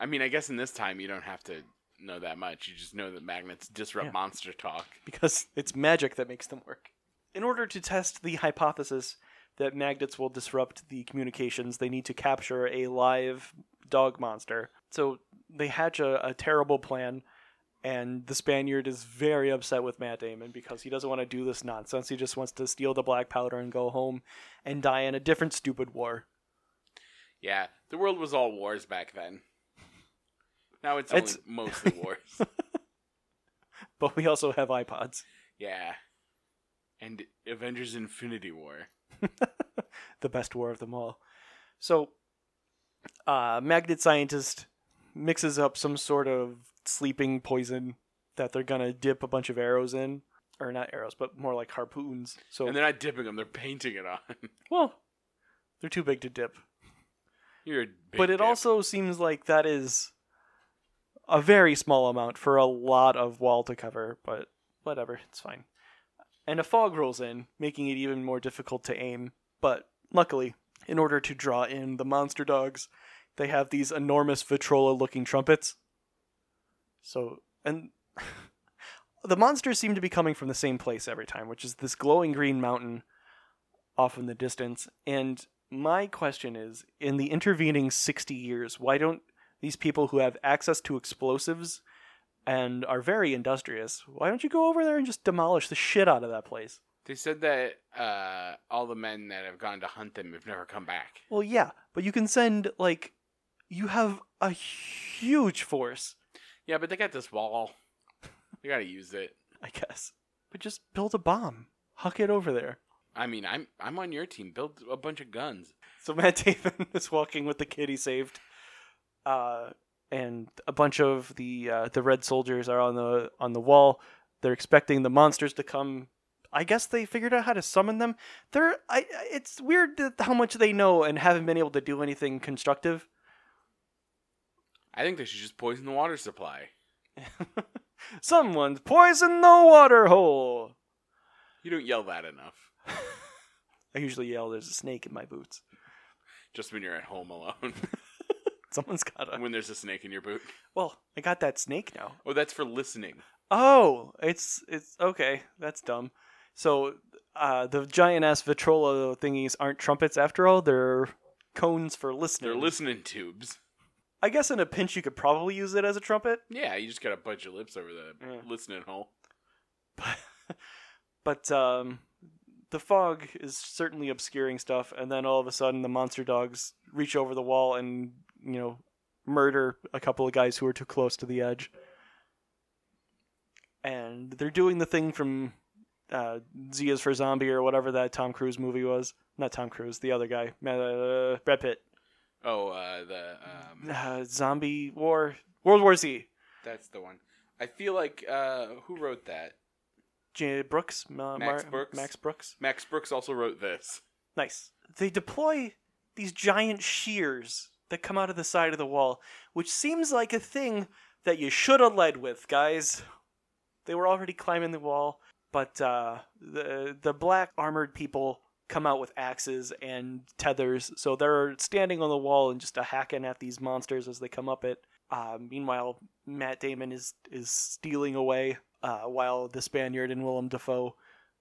I mean, I guess in this time you don't have to know that much. You just know that magnets disrupt Yeah. monster talk. because it's magic that makes them work. In order to test the hypothesis that magnets will disrupt the communications, they need to capture a live dog monster. So they hatch a, a terrible plan, and the Spaniard is very upset with Matt Damon because he doesn't want to do this nonsense. He just wants to steal the black powder and go home and die in a different stupid war. Yeah, the world was all wars back then. Now it's only It's- mostly wars. But we also have iPods. Yeah. And Avengers Infinity War. the best war of them all. So, uh, magnet scientist mixes up some sort of sleeping poison that they're gonna dip a bunch of arrows in, or not arrows, but more like harpoons. So, And they're not dipping them, they're painting it on. well, they're too big to dip. You're a big but it dip. also seems like that is a very small amount for a lot of wall to cover. But whatever, it's fine. And a fog rolls in, making it even more difficult to aim. But luckily, in order to draw in the monster dogs, they have these enormous Vitrola-looking trumpets. So, and the monsters seem to be coming from the same place every time, which is this glowing green mountain off in the distance. And my question is in the intervening 60 years, why don't these people who have access to explosives and are very industrious, why don't you go over there and just demolish the shit out of that place? They said that uh, all the men that have gone to hunt them have never come back. Well, yeah, but you can send, like, you have a huge force, Yeah, but they got this wall. They gotta use it. I guess. But just build a bomb, huck it over there. I mean, I'm I'm on your team. Build a bunch of guns. So Matt Damon is walking with the kid he saved, uh, and a bunch of the uh, the red soldiers are on the on the wall. They're expecting the monsters to come. I guess they figured out how to summon them. They're I. I- It's weird that how much they know and haven't been able to do anything constructive. I think they should just poison the water supply. Someone's poisoned the water hole. You don't yell that enough. I usually yell, "There's a snake in my boots." Just when you're at home alone. Someone's got a. when there's a snake in your boot. Well, I got that snake now. Oh, that's for listening. Oh, it's it's okay. That's dumb. So uh, the giant ass Vitrola thingies aren't trumpets after all. They're cones for listening. They're listening tubes. I guess in a pinch you could probably use it as a trumpet, Yeah, you just gotta bud your lips over the Yeah. listening hole. but but um, the fog is certainly obscuring stuff. And then all of a sudden the monster dogs reach over the wall and you know murder a couple of guys who are too close to the edge. And they're doing the thing from uh, Z is for Zombie or whatever that Tom Cruise movie was. Not Tom Cruise, the other guy, uh, Brad Pitt. Oh, uh, the um, Uh, zombie War, World War Z. that's the one. I feel like uh, who wrote that? J- Brooks, Ma- Max Mar- Brooks? Max Brooks. Max Brooks also wrote this. Nice. They deploy these giant shears that come out of the side of the wall, which seems like a thing that you should have led with, guys. They were already climbing the wall, but uh, the the black armored people come out with axes and tethers, so they're standing on the wall and just a hacking at these monsters as they come up it. Uh, meanwhile, Matt Damon is is stealing away, uh, while the Spaniard and Willem Dafoe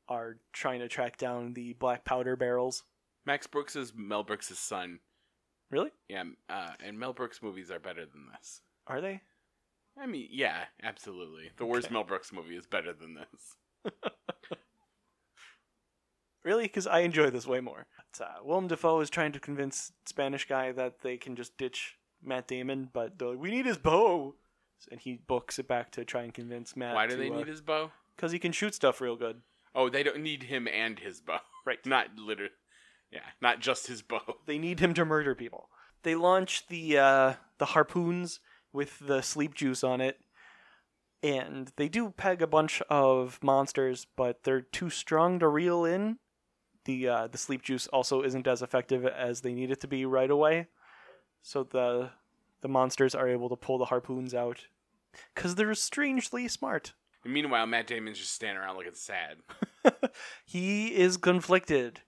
are trying to track down the black powder barrels. Max Brooks is Mel Brooks' son. Really? Yeah, uh, and Mel Brooks movies are better than this. Are they? I mean, yeah, absolutely. The worst Okay. Mel Brooks movie is better than this. Really? Because I enjoy this way more. But, uh, Willem Dafoe is trying to convince Spanish guy that they can just ditch Matt Damon, but they're like, we need his bow. and he books it back to try and convince Matt. Why do they uh, need his bow? Because he can shoot stuff real good. Oh, they don't need him and his bow. Right. Not literally. Yeah, not just his bow. They need him to murder people. They launch the uh, the harpoons with the sleep juice on it, and they do peg a bunch of monsters, but they're too strong to reel in. The uh, the sleep juice also isn't as effective as they need it to be right away, so the the monsters are able to pull the harpoons out because they're strangely smart. And meanwhile, Matt Damon's just standing around looking sad. he is conflicted.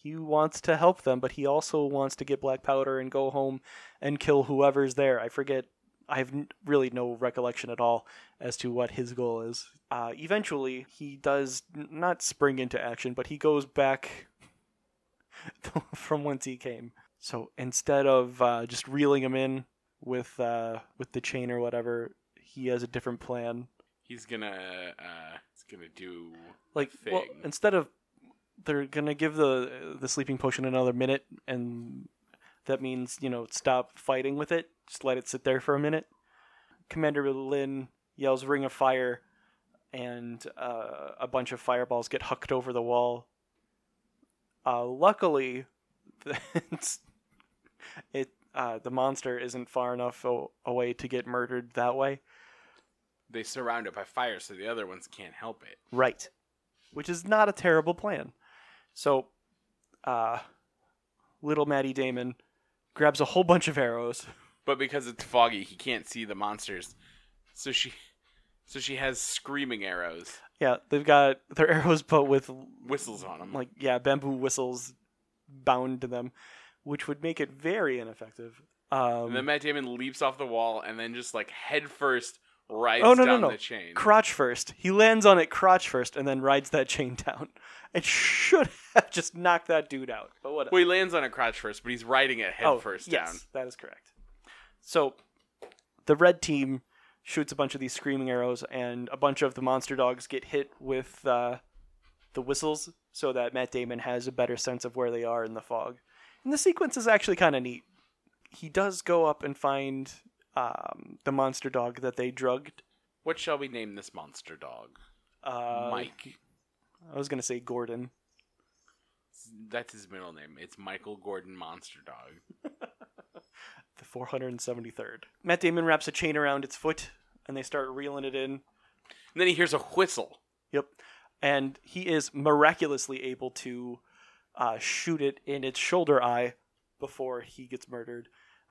He wants to help them, but he also wants to get black powder and go home and kill whoever's there. I forget. I have n- really no recollection at all as to what his goal is. Uh, eventually, he does n- not spring into action, but he goes back from whence he came. So instead of uh, just reeling him in with uh, with the chain or whatever, he has a different plan. He's gonna, uh, he's gonna do. like well, thing. instead of they're gonna give the the sleeping potion another minute and that means you know stop fighting with it just let it sit there for a minute commander lin yells ring of fire and uh, a bunch of fireballs get hucked over the wall uh, luckily it's, it uh, the monster isn't far enough o- away to get murdered that way They surround it by fire, so the other ones can't help it. Right. Which is not a terrible plan. So, uh, little Maddie Damon grabs a whole bunch of arrows. But because it's foggy, he can't see the monsters. So she, so she has screaming arrows, Yeah, they've got their arrows, but with whistles on them. like yeah, bamboo whistles bound to them, which would make it very ineffective. Um, and then Matt Damon leaps off the wall and then just like head first rides Oh, no, no, down no. the chain. crotch first. He lands on it crotch first, and then rides that chain down. It should have just knocked that dude out. But whatever. Well, he lands on a crotch first, but he's riding it head first Oh, yes, down. That is correct. So the red team shoots a bunch of these screaming arrows, and a bunch of the monster dogs get hit with uh, the whistles, so that Matt Damon has a better sense of where they are in the fog. And the sequence is actually kind of neat. He does go up and find um, the monster dog that they drugged. What shall we name this monster dog? Uh, Mike. I was gonna say Gordon. That's his middle name. It's Michael Gordon Monster Dog. the 473rd. Matt Damon wraps a chain around its foot, and they start reeling it in. And then he hears a whistle. Yep. And he is miraculously able to uh, shoot it in its shoulder eye before he gets murdered.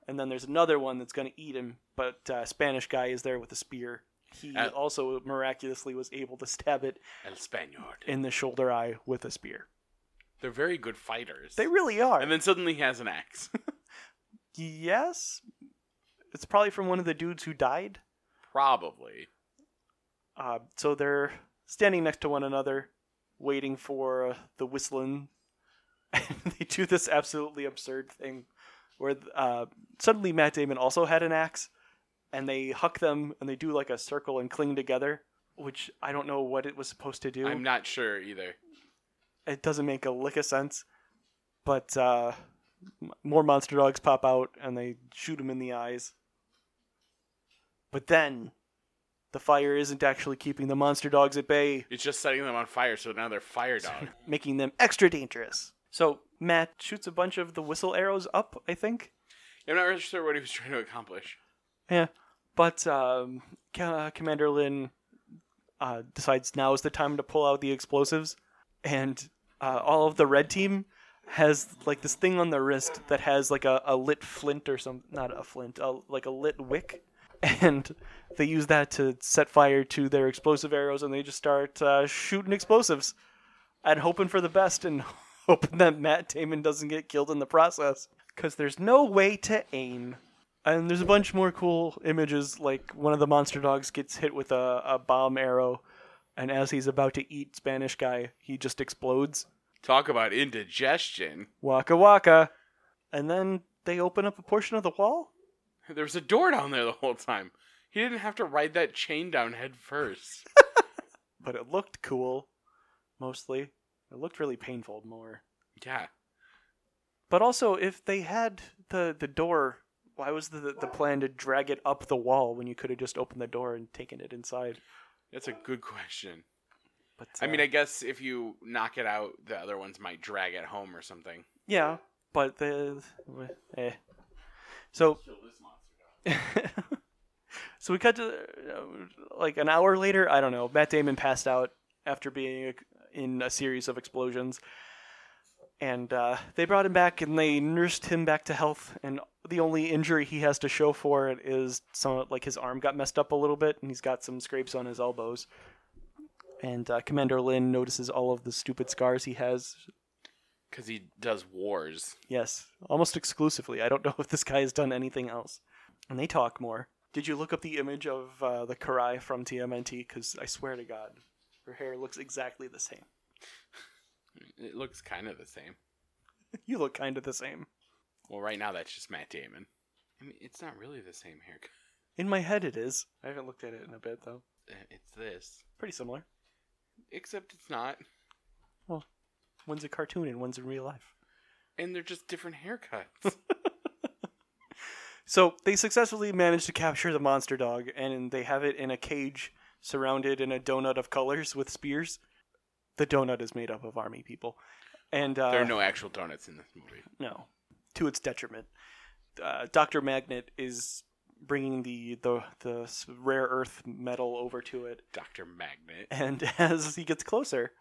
And then there's another one that's going to eat him, but uh, Spanish guy is there with a spear. He Uh, also miraculously was able to stab it El Spaniard. in the shoulder eye with a spear. They're very good fighters. They really are. and then suddenly he has an axe. yes. It's probably from one of the dudes who died. Probably. Uh, so they're standing next to one another, waiting for uh, the whistling. And they do this absolutely absurd thing where uh, suddenly Matt Damon also had an axe, and they huck them and they do like a circle and cling together, which I don't know what it was supposed to do. I'm not sure either. It doesn't make a lick of sense. But uh, m- more monster dogs pop out and they shoot him in the eyes. But then the fire isn't actually keeping the monster dogs at bay It's just setting them on fire, so now they're fire dog. making them extra dangerous. So Matt shoots a bunch of the whistle arrows up, I think. I'm not really sure what he was trying to accomplish. Yeah, but um, C- uh, Commander Lin uh, decides now is the time to pull out the explosives, and uh, all of the red team has like this thing on their wrist that has like a, a lit flint or some not a flint, a, like a lit wick, and they use that to set fire to their explosive arrows, and they just start uh, shooting explosives and hoping for the best and hoping that Matt Damon doesn't get killed in the process. Because there's no way to aim. And there's a bunch more cool images, like one of the monster dogs gets hit with a, a bomb arrow, and as he's about to eat Spanish guy, he just explodes. Talk about indigestion. Waka waka. And then they open up a portion of the wall? There was a door down there the whole time. He didn't have to ride that chain down head first. But it looked cool, mostly. It looked really painful more. yeah. But also, if they had the the door Why was the the plan to drag it up the wall when you could have just opened the door and taken it inside? That's a good question. But I mean, uh, I guess if you knock it out, the other ones might drag it home or something. yeah, but the eh. So Kill this monster. so we cut to uh, like an hour later. I don't know. Matt Damon passed out after being uh, in a series of explosions, and uh, they brought him back and they nursed him back to health. And the only injury he has to show for it is some like his arm got messed up a little bit, and he's got some scrapes on his elbows. And uh, Commander Lin notices all of the stupid scars he has. Because he does wars. Yes, almost exclusively. I don't know if this guy has done anything else. And they talk more. Did you look up the image of uh, the Karai from TMNT? Because I swear to God, her hair looks exactly the same. It looks kind of the same. You look kind of the same. Well, right now that's just Matt Damon. I mean, it's not really the same haircut. In my head, it is. I haven't looked at it in a bit, though. Uh, It's this, Pretty similar. except it's not. One's a cartoon and one's in real life. And they're just different haircuts. So they successfully managed to capture the monster dog, and they have it in a cage surrounded in a donut of colors with spears. The donut is made up of army people, and uh, there are no actual donuts in this movie. No, to its detriment. Uh, Doctor Magnet is bringing the the the s- rare earth metal over to it, Doctor Magnet. and as he gets closer,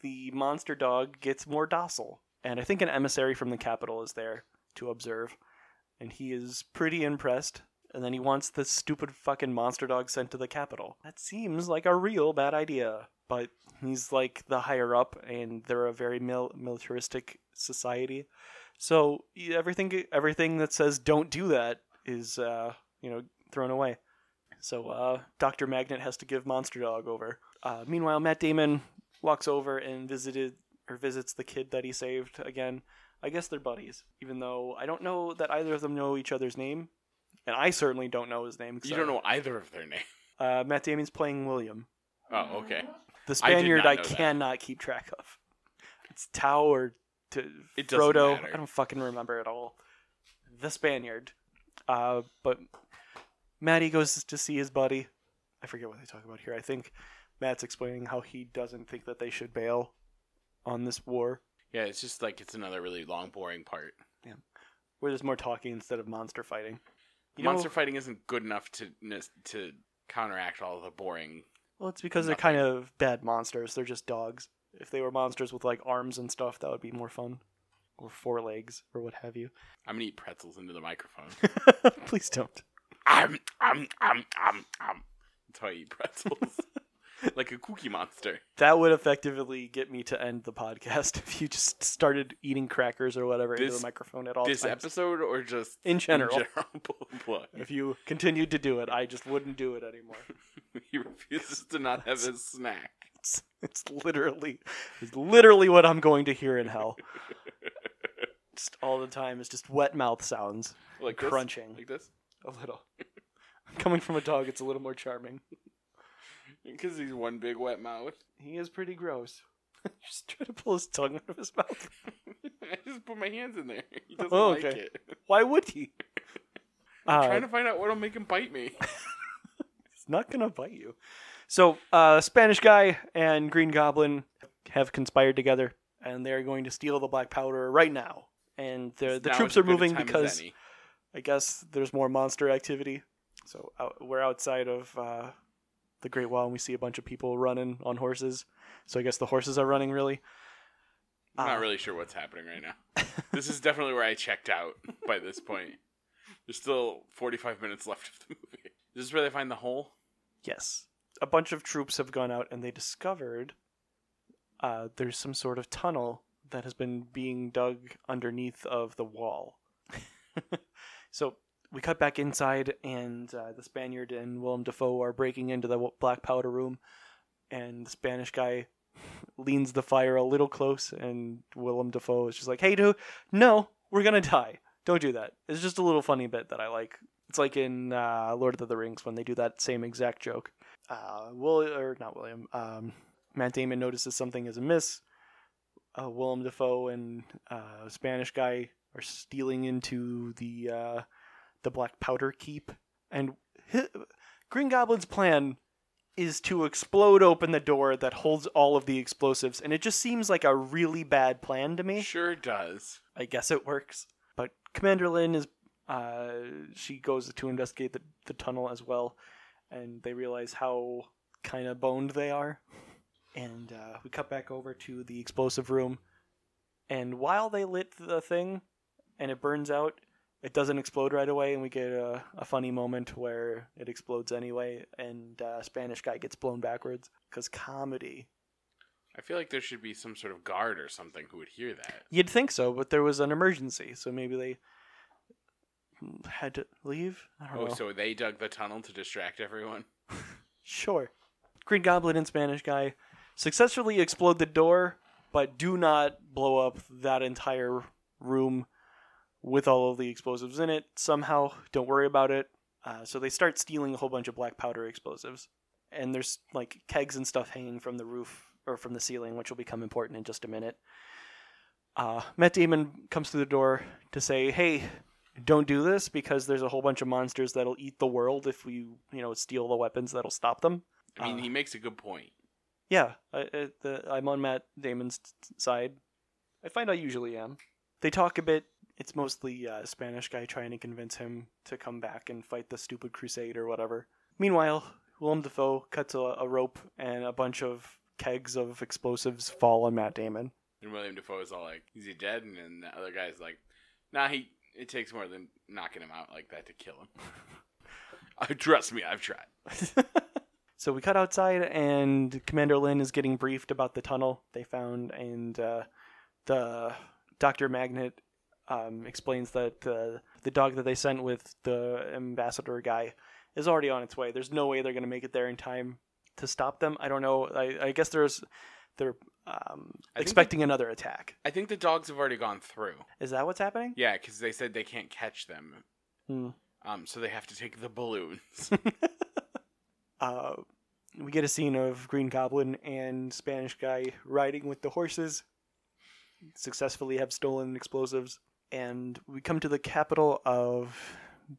the monster dog gets more docile. And I think an emissary from the capital is there to observe, and he is pretty impressed. And then he wants this stupid fucking monster dog sent to the capital. That seems like a real bad idea. But he's like the higher up, and they're a very mil- militaristic society. So e- everything everything that says don't do that is uh, you know thrown away. So uh, Doctor Magnet has to give Monster Dog over. Uh, meanwhile, Matt Damon walks over and visited or visits the kid that he saved again. I guess they're buddies, even though I don't know that either of them know each other's name, and I certainly don't know his name. 'cause You I- don't know either of their name. Uh, Matt Damon's playing William, Oh, okay. the I did not Spaniard I, know that. cannot keep track of. It's Tao or to It doesn't Frodo. matter. I don't fucking remember at all. The Spaniard. Uh, but Matty goes to see his buddy. I forget what they talk about here. I think Matt's explaining how he doesn't think that they should bail on this war, Yeah, it's just like it's another really long, boring part. where there's more talking instead of monster fighting. You know- Monster fighting isn't good enough to to counteract all the boring. Well, it's because they're kind of bad monsters. They're just dogs. If they were monsters with like arms and stuff, that would be more fun, or four legs, or what have you. I'm gonna eat pretzels into the microphone. Please don't. um, um, um, um, um. That's how I eat pretzels, like a cookie monster. That would effectively get me to end the podcast if you just started eating crackers or whatever into This- the microphone at all this times. episode or just in general, in general? Blah. if you continued to do it, I just wouldn't do it anymore. he refuses to not have his snack. It's, it's literally, it's literally what I'm going to hear in hell. just all the time is just wet mouth sounds, Like this? crunching like this, a little. Coming from a dog, it's a little more charming. because he's one big wet mouth. He is pretty gross. just try to pull his tongue out of his mouth. I just put my hands in there. He doesn't Oh, like okay. it. Why would he? I'm Uh, trying to find out what'll make him bite me. It's not gonna bite you. So, uh, Spanish guy and Green Goblin have conspired together, and they're going to steal the black powder right now. And the the Now troops is as are good a moving time as because any. I guess there's more monster activity. So out, we're outside of uh, the Great Wall, and we see a bunch of people running on horses. So I guess the horses are running really. I'm Uh, not really sure what's happening right now. this is definitely where I checked out by this point. There's still 45 minutes left of the movie. This is where they find the hole. Yes. A bunch of troops have gone out and they discovered uh, there's some sort of tunnel that has been being dug underneath of the wall. so we cut back inside, and uh, the Spaniard and Willem Dafoe are breaking into the w- black powder room, and the Spanish guy leans the fire a little close, and Willem Dafoe is just like, "Hey, dude, no, we're gonna die. Don't do that." It's just a little funny bit that I like. It's like in uh, Lord of the Rings when they do that same exact joke. Uh, Will or not William? Um, Matt Damon notices something is amiss. Uh, Willem Dafoe and uh, Spanish guy are stealing into the uh, the Black Powder Keep, and hi Green Goblin's plan is to explode open the door that holds all of the explosives, and it just seems like a really bad plan to me. Sure does. I guess it works. But Commander Lin is uh, she goes to investigate the, the tunnel as well, and they realize how kind of boned they are. And uh, we cut back over to the explosive room, and while they lit the thing, and it burns out, it doesn't explode right away, and we get a, a funny moment where it explodes anyway, and uh, Spanish guy gets blown backwards because comedy. I feel like there should be some sort of guard or something who would hear that. You'd think so, but there was an emergency, so maybe they had to leave. I don't Oh, know. so they dug the tunnel to distract everyone. Sure. Green Goblin and Spanish guy successfully explode the door, but do not blow up that entire room with all of the explosives in it. Somehow, don't worry about it. Uh, so they start stealing a whole bunch of black powder explosives, and there's like kegs and stuff hanging from the roof or from the ceiling, which will become important in just a minute. Uh, Matt Damon comes through the door to say, "Hey, don't do this because there's a whole bunch of monsters that'll eat the world if we, you know, steal the weapons that'll stop them." I mean, Uh. he makes a good point. Yeah, I, I, the, I'm on Matt Damon's t- side. I find I usually am. They talk a bit. It's mostly uh, Spanish guy trying to convince him to come back and fight the stupid crusade or whatever. Meanwhile, Willem Dafoe cuts a, a rope and a bunch of kegs of explosives fall on Matt Damon. And William Defoe is all like, "Is he dead?" And then the other guy's like, "Nah, he. It takes more than knocking him out like that to kill him." Uh, Trust me, I've tried. so we cut outside, and Commander Lin is getting briefed about the tunnel they found, and uh, the Doctor Magnet um, explains that uh, the dog that they sent with the ambassador guy is already on its way. There's no way they're going to make it there in time to stop them. I don't know. I, I guess there's they're um, they- expecting another attack. I think the dogs have already gone through. Is that what's happening? Yeah, because they said they can't catch them. Hmm. Um, so they have to take the balloons. uh, we get a scene of Green Goblin and Spanish guy riding with the horses, successfully have stolen explosives, and we come to the capital of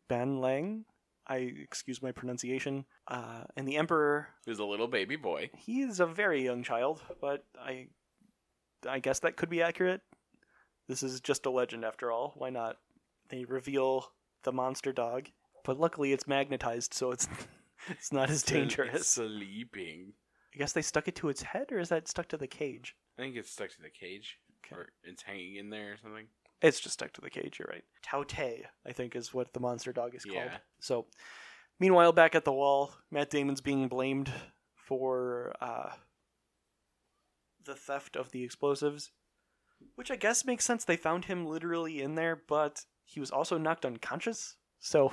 Banlang. I excuse my pronunciation. Uh, and the Emperor, There's a little baby boy. he is a very young child, but I, I guess that could be accurate. This is just a legend after all. Why not? They reveal the monster dog, but luckily it's magnetized, so it's it's not as It's dangerous. Sleeping. I guess they stuck it to its head, or is that stuck to the cage? I think it's stuck to the cage, or it's hanging in there or something. It's just stuck to the cage, you're right. Taute, I think, is what the monster dog is called. Yeah. So, meanwhile, back at the wall, Matt Damon's being blamed for uh, the theft of the explosives, which I guess makes sense. They found him literally in there, but he was also knocked unconscious, so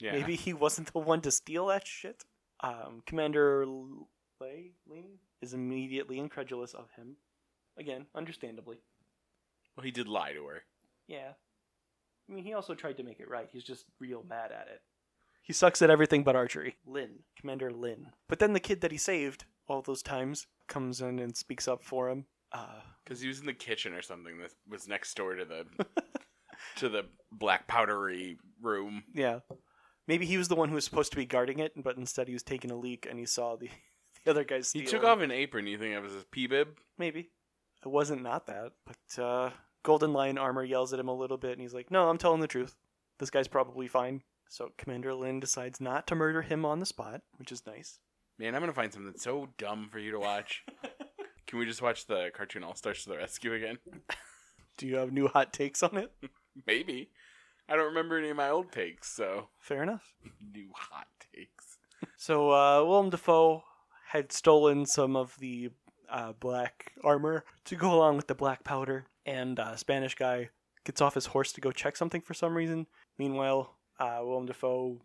Yeah. maybe he wasn't the one to steal that shit. Um, Commander L- Lay Ling is immediately incredulous of him. Again, understandably. Well, he did lie to her. Yeah. I mean, he also tried to make it right. He's just real mad at it. He sucks at everything but archery. Lin. Commander Lin. But then the kid that he saved all those times comes in and speaks up for him. Uh, Because he was in the kitchen or something that was next door to the to the black powdery room. yeah. Maybe he was the one who was supposed to be guarding it, but instead he was taking a leak and he saw the, the other guys He steal. took it. off an apron. You think that was his pee bib? Maybe. It wasn't not that, but uh, Golden Lion Armor yells at him a little bit, and he's like, "No, I'm telling the truth. This guy's probably fine." So Commander Lin decides not to murder him on the spot, which is nice. Man, I'm gonna find something so dumb for you to watch. Can we just watch the cartoon All Stars to the Rescue again? Do you have new hot takes on it? Maybe. I don't remember any of my old takes, so Fair enough. new hot takes. So uh, Willem Dafoe had stolen some of the uh, black armor to go along with the black powder, and uh, Spanish guy gets off his horse to go check something for some reason. Meanwhile, uh, Willem Dafoe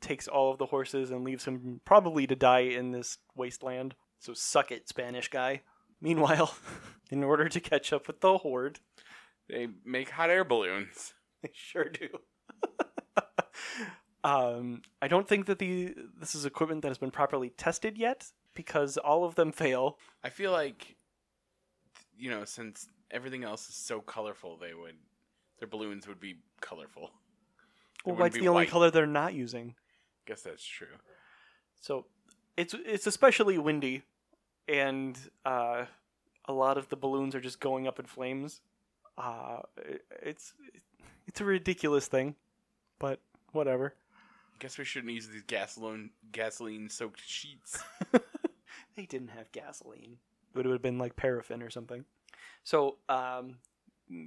takes all of the horses and leaves him probably to die in this wasteland. So suck it, Spanish guy. Meanwhile, in order to catch up with the horde, They make hot air balloons. They sure do. um, I don't think that the this is equipment that has been properly tested yet because all of them fail. I feel like, you know, since everything else is so colorful, they would their balloons would be colorful. Well, wouldn't white's be the only white. color they're not using. Guess that's true. So it's it's especially windy, and uh, a lot of the balloons are just going up in flames. Uh, it- it's it's a ridiculous thing, but whatever. Guess we shouldn't use these gasoline gasoline soaked sheets. They didn't have gasoline. It would have been like paraffin or something. So, um,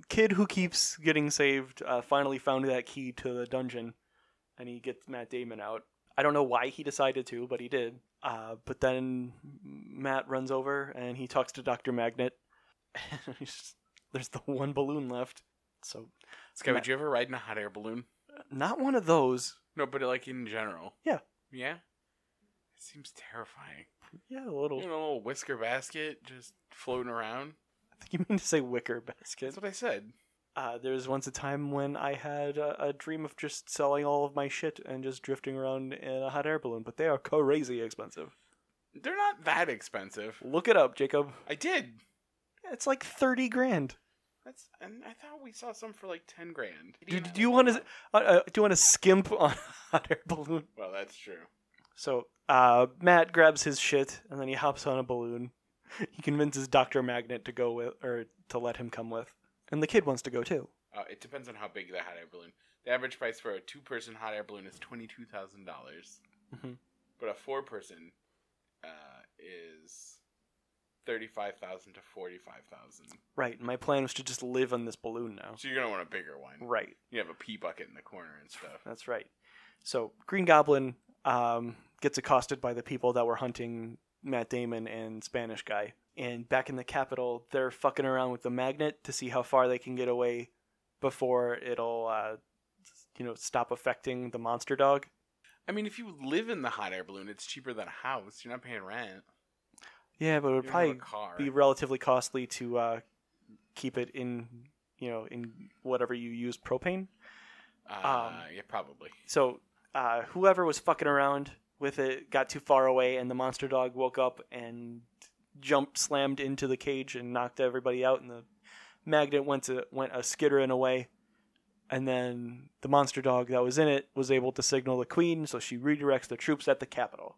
kid who keeps getting saved uh, finally found that key to the dungeon, and he gets Matt Damon out. I don't know why he decided to, but he did. Uh, but then Matt runs over and he talks to Doctor Magnet. He's just- There's the one balloon left, so Sky, Ma- would you ever ride in a hot air balloon? not one of those. No, but like in general. Yeah. Yeah. It seems terrifying. Yeah, a You little. know, a little whisker basket just floating around. I think you mean to say wicker basket. That's what I said. Uh, there was once a time when I had a, a dream of just selling all of my shit and just drifting around in a hot air balloon, but they are crazy expensive. They're not that expensive. Look it up, Jacob. I did. It's like thirty grand. That's and I thought we saw some for like ten grand. Do, do you want to uh, uh, do you want to skimp on a hot air balloon? Well, that's true. So uh, Matt grabs his shit and then he hops on a balloon. He convinces Doctor Magnet to go with or to let him come with, and the kid wants to go too. Uh, it depends on how big the hot air balloon. The average price for a two-person hot air balloon is twenty-two thousand dollars, Mhm. but a four-person uh, is thirty-five thousand to forty-five thousand. Right. My plan was to just live on this balloon now. So you're gonna want a bigger one. Right. You have a pee bucket in the corner and stuff. That's right. So Green Goblin um, gets accosted by the people that were hunting Matt Damon and Spanish guy. And back in the capital, they're fucking around with the magnet to see how far they can get away before it'll, uh, you know, stop affecting the monster dog. I mean, if you live in the hot air balloon, it's cheaper than a house. You're not paying rent. Yeah, but it would You don't have probably a car. be relatively costly to uh, keep it in, you know, in whatever you use propane. uh, um, yeah, probably. So uh, whoever was fucking around with it got too far away, and the monster dog woke up and jumped, slammed into the cage, and knocked everybody out. And the magnet went to went a skittering away. And then the monster dog that was in it was able to signal the queen, so she redirects the troops at the capital.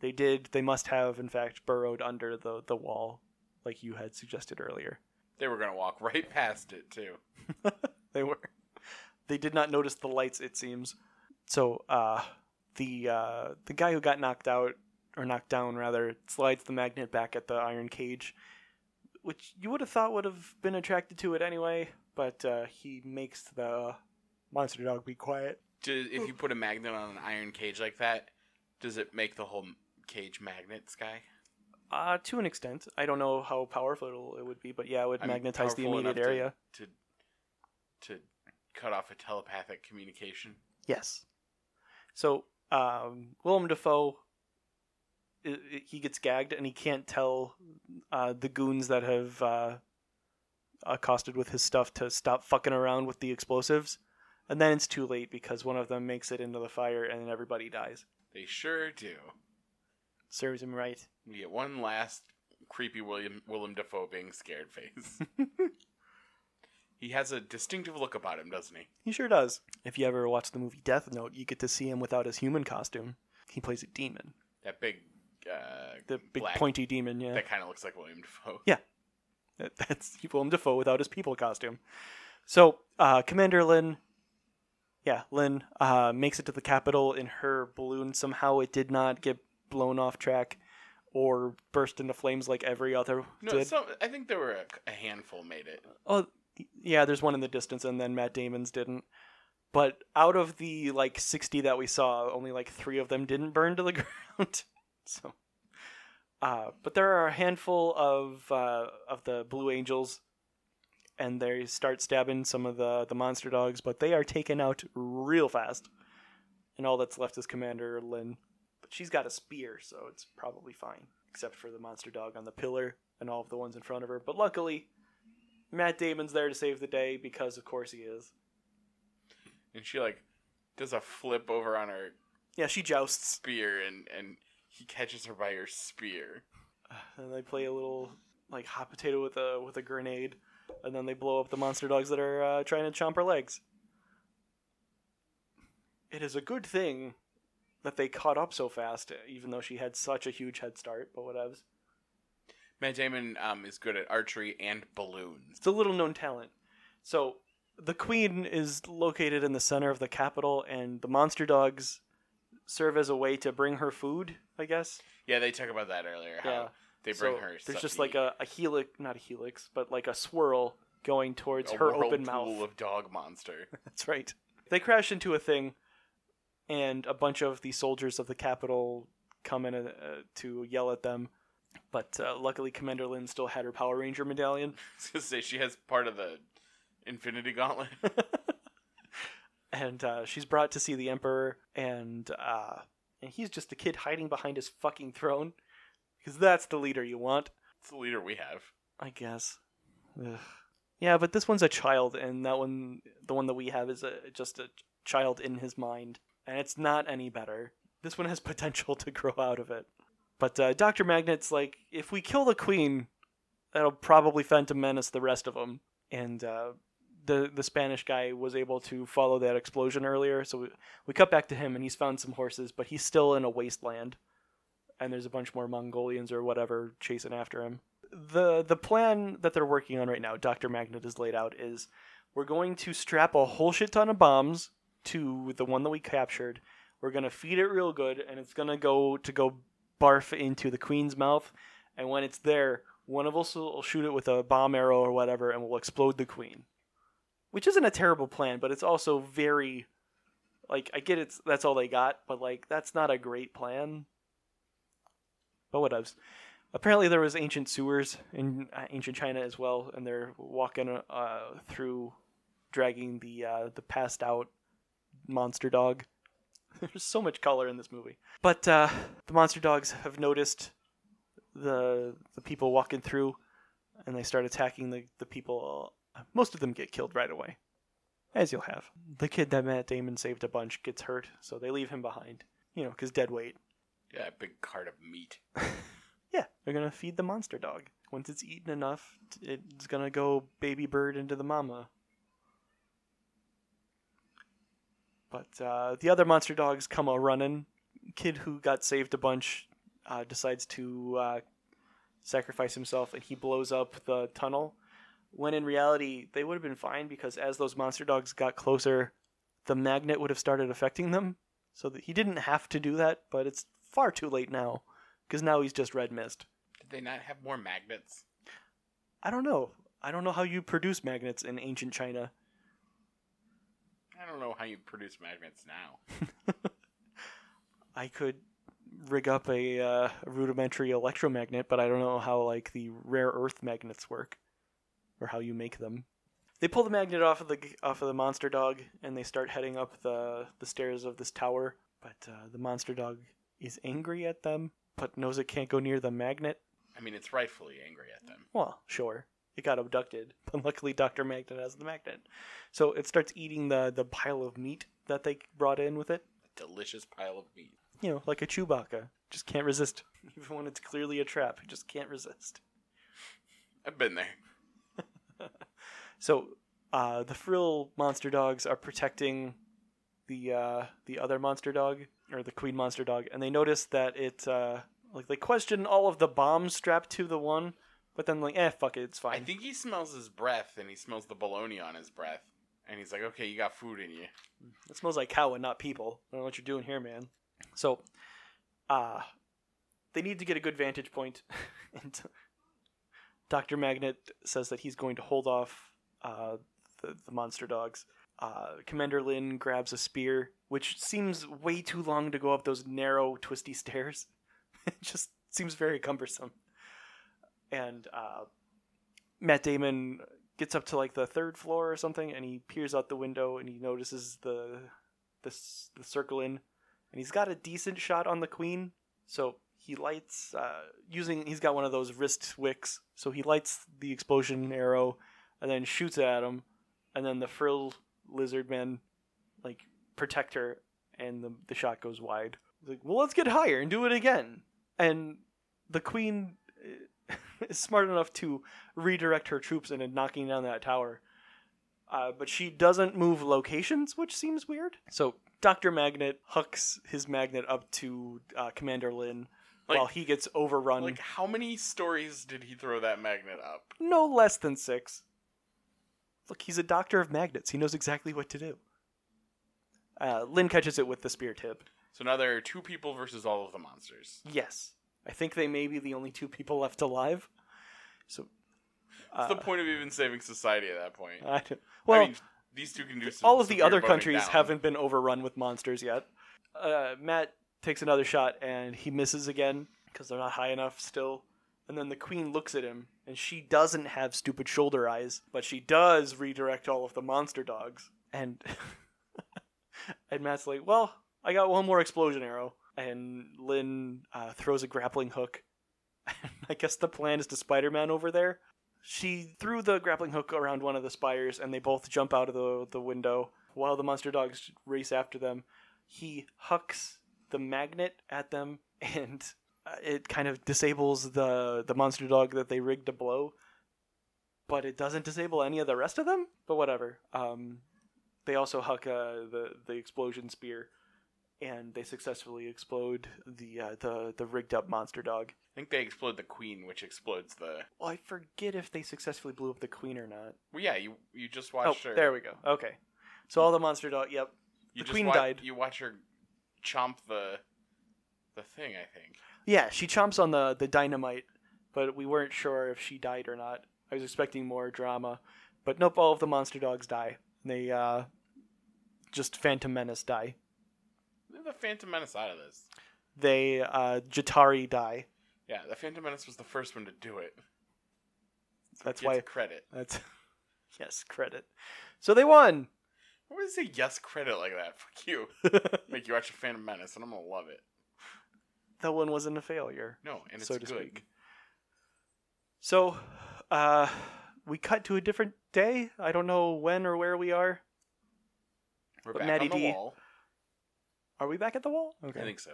They did. They must have, in fact, burrowed under the the wall, like you had suggested earlier. They were gonna walk right past it too. they were they did not notice the lights it seems so uh the uh the guy who got knocked out or knocked down rather slides the magnet back at the iron cage which you would have thought would have been attracted to it anyway but uh he makes the monster dog be quiet Do, if you put a magnet on an iron cage like that, does it make the whole cage magnets, guy? uh to an extent i don't know how powerful it would be but yeah it would I mean, magnetize the powerful immediate enough to- area to to cut off a telepathic communication. Yes. So um, Willem Dafoe, i i- he gets gagged and he can't tell uh, the goons that have uh, accosted with his stuff to stop fucking around with the explosives. And then it's too late because one of them makes it into the fire and everybody dies. They sure do. Serves him right. We get one last creepy William Willem Dafoe being scared face. he has a distinctive look about him, doesn't he? He sure does. If you ever watch the movie Death Note, you get to see him without his human costume. He plays a demon. That big, uh, The big Black. pointy demon, yeah. that kind of looks like William Dafoe. That- That's Willem Dafoe without his people costume. So, uh, Commander Lin, yeah, Lin uh, makes it to the capital in her balloon. Somehow it did not get blown off track or burst into flames like every other No, did. some, I think there were a, a handful made it. oh, yeah, there's one in the distance, and then Matt Damon's didn't. But out of the like 60 that we saw, only like three of them didn't burn to the ground. so, uh, but there are a handful of uh, of the Blue Angels, and they start stabbing some of the the monster dogs, but they are taken out real fast. And all that's left is Commander Lynn, but she's got a spear, so it's probably fine, except for the monster dog on the pillar and all of the ones in front of her. But luckily, Matt Damon's there to save the day because, of course, he is. and she like does a flip over on her Yeah, she jousts, spear and and he catches her by her spear and they play a little like hot potato with a with a grenade, and then they blow up the monster dogs that are uh, trying to chomp her legs. it is a good thing that they caught up so fast, even though she had such a huge head start. But whatevs. Matt Damon um, is good at archery and balloons. It's a little known talent. So the queen is located in the center of the capital, and the monster dogs serve as a way to bring her food. I guess. Yeah, they talked about that earlier. How Yeah. they bring So her. There's stuff just to like eat. a, a helix, not a helix, but like a swirl going towards her open whirlpool mouth. of dog monster. That's right. They crash into a thing, and a bunch of the soldiers of the capital come in uh, to yell at them. But uh, luckily, Commander Lin still had her Power Ranger medallion, I was gonna say she has part of the Infinity Gauntlet. and uh, she's brought to see the Emperor, and uh, and he's just a kid hiding behind his fucking throne, because that's the leader you want, it's the leader we have. I guess. Ugh. Yeah, but this one's a child, and that one, the one that we have, is a, just a child in his mind, and it's not any better. This one has potential to grow out of it. But uh, Dr. Magnet's like, if we kill the queen, that'll probably Phantom Menace the rest of them. And uh, the the Spanish guy was able to follow that explosion earlier, so we, we cut back to him, and he's found some horses, but he's still in a wasteland, and there's a bunch more Mongolians or whatever chasing after him. the The plan that they're working on right now, Dr. Magnet has laid out, is we're going to strap a whole shit ton of bombs to the one that we captured. We're gonna feed it real good, and it's gonna go to go barf into the queen's mouth, and when it's there, one of us will shoot it with a bomb arrow or whatever, and we'll explode the queen. Which isn't a terrible plan, but it's also very, like, I get it's that's all they got, but like that's not a great plan. But whatevs. Apparently, there was ancient sewers in uh, ancient China as well, and they're walking uh, through, dragging the uh, the passed out monster dog. There's so much color in this movie. But uh, the monster dogs have noticed the the people walking through, and they start attacking the the people. Most of them get killed right away, as you'll have. The kid that Matt Damon saved a bunch gets hurt, so they leave him behind. You know, because dead weight. Yeah, that big cart of meat. Yeah, they're gonna feed the monster dog. Once it's eaten enough, t- it's gonna go baby bird into the mama. But uh, the other monster dogs come a running. Kid who got saved a bunch uh, decides to uh, sacrifice himself, and he blows up the tunnel. When in reality, they would have been fine because as those monster dogs got closer, the magnet would have started affecting them. So that he didn't have to do that, but it's far too late now because now he's just red mist. Did they not have more magnets? I don't know. I don't know how you produce magnets in ancient China. I don't know how you produce magnets now. I could rig up a, uh, a rudimentary electromagnet, but I don't know how like the rare earth magnets work or how you make them. They pull the magnet off of the off of the monster dog and they start heading up the the stairs of this tower, but uh, the monster dog is angry at them but knows it can't go near the magnet. I mean, it's rightfully angry at them. Well, sure. It got abducted, but luckily Dr. Magnet has the magnet. So it starts eating the, the pile of meat that they brought in with it. A delicious pile of meat. You know, like a Chewbacca. Just can't resist. Even when it's clearly a trap, it just can't resist. I've been there. So uh, the frill monster dogs are protecting the uh, the other monster dog or the queen monster dog, and they notice that it uh, like they question all of the bombs strapped to the one, but then like eh fuck it, it's fine. I think he smells his breath and he smells the bologna on his breath. And he's like, okay, you got food in you. It smells like cow and not people. I don't know what you're doing here, man. So, uh, they need to get a good vantage point. and Dr. Magnet says that he's going to hold off uh, the, the monster dogs. Uh, Commander Lin grabs a spear, which seems way too long to go up those narrow, twisty stairs. it just seems very cumbersome. And uh, Matt Damon gets up to like the third floor or something, and he peers out the window and he notices the the, s- the circle in, and he's got a decent shot on the queen. So he lights uh, using he's got one of those wrist wicks. So he lights the explosion arrow, and then shoots at him, and then the frill lizard men like protect her, and the the shot goes wide. He's like, well, let's get higher and do it again. And the queen uh, eh, is smart enough to redirect her troops into knocking down that tower. Uh, but she doesn't move locations, which seems weird. So Dr. Magnet hooks his magnet up to uh, Commander Lin Like- while he gets overrun. Like, how many stories did he throw that magnet up? no less than six. Look, he's a doctor of magnets. He knows exactly what to do. Uh, Lin catches it with the spear tip. So now there are two people versus all of the monsters. Yes. I think they may be the only two people left alive. So. What's uh, the point of even saving society at that point? I don't- well, I mean, these two can do some all of the severe other voting countries down. haven't been overrun with monsters yet. Uh, Matt takes another shot and he misses again because they're not high enough still. And then the queen looks at him and she doesn't have stupid shoulder eyes, but she does redirect all of the monster dogs. And and Matt's like, "Well, I got one more explosion arrow." And Lynn uh, throws a grappling hook. I guess the plan is to Spider-Man over there she threw the grappling hook around one of the spires and they both jump out of the, the window while the monster dogs race after them he hucks the magnet at them and uh, it kind of disables the the monster dog that they rigged to blow but it doesn't disable any of the rest of them but whatever um, they also huck uh, the the explosion spear and they successfully explode the uh, the the rigged up monster dog I think they explode the queen, which explodes the. well i forget if they successfully blew up the queen or not Well, yeah, you you just Oh, watched her. there we go. Okay. So all the monster dog. Yep. You The just queen wa- died. You watch her chomp the the thing. I think. Yeah, she chomps on the the dynamite, but we weren't sure if she died or not. I was expecting more drama, but nope. All of the monster dogs die. They uh, just Phantom Menace die. Leave The Phantom Menace out of this. They uh, Jatari die. Yeah, the Phantom Menace was the first one to do it. That's Gets why. credit. That's yes credit. So they won. Why would they say yes credit like that? Fuck you. Make you watch a Phantom Menace, and I'm gonna love it. that one wasn't a failure. No, and it's so to good. speak. So, uh, we cut to a different day. I don't know when or where we are. We're But back Matty on the D- wall. Are we back at the wall? Okay. I think so.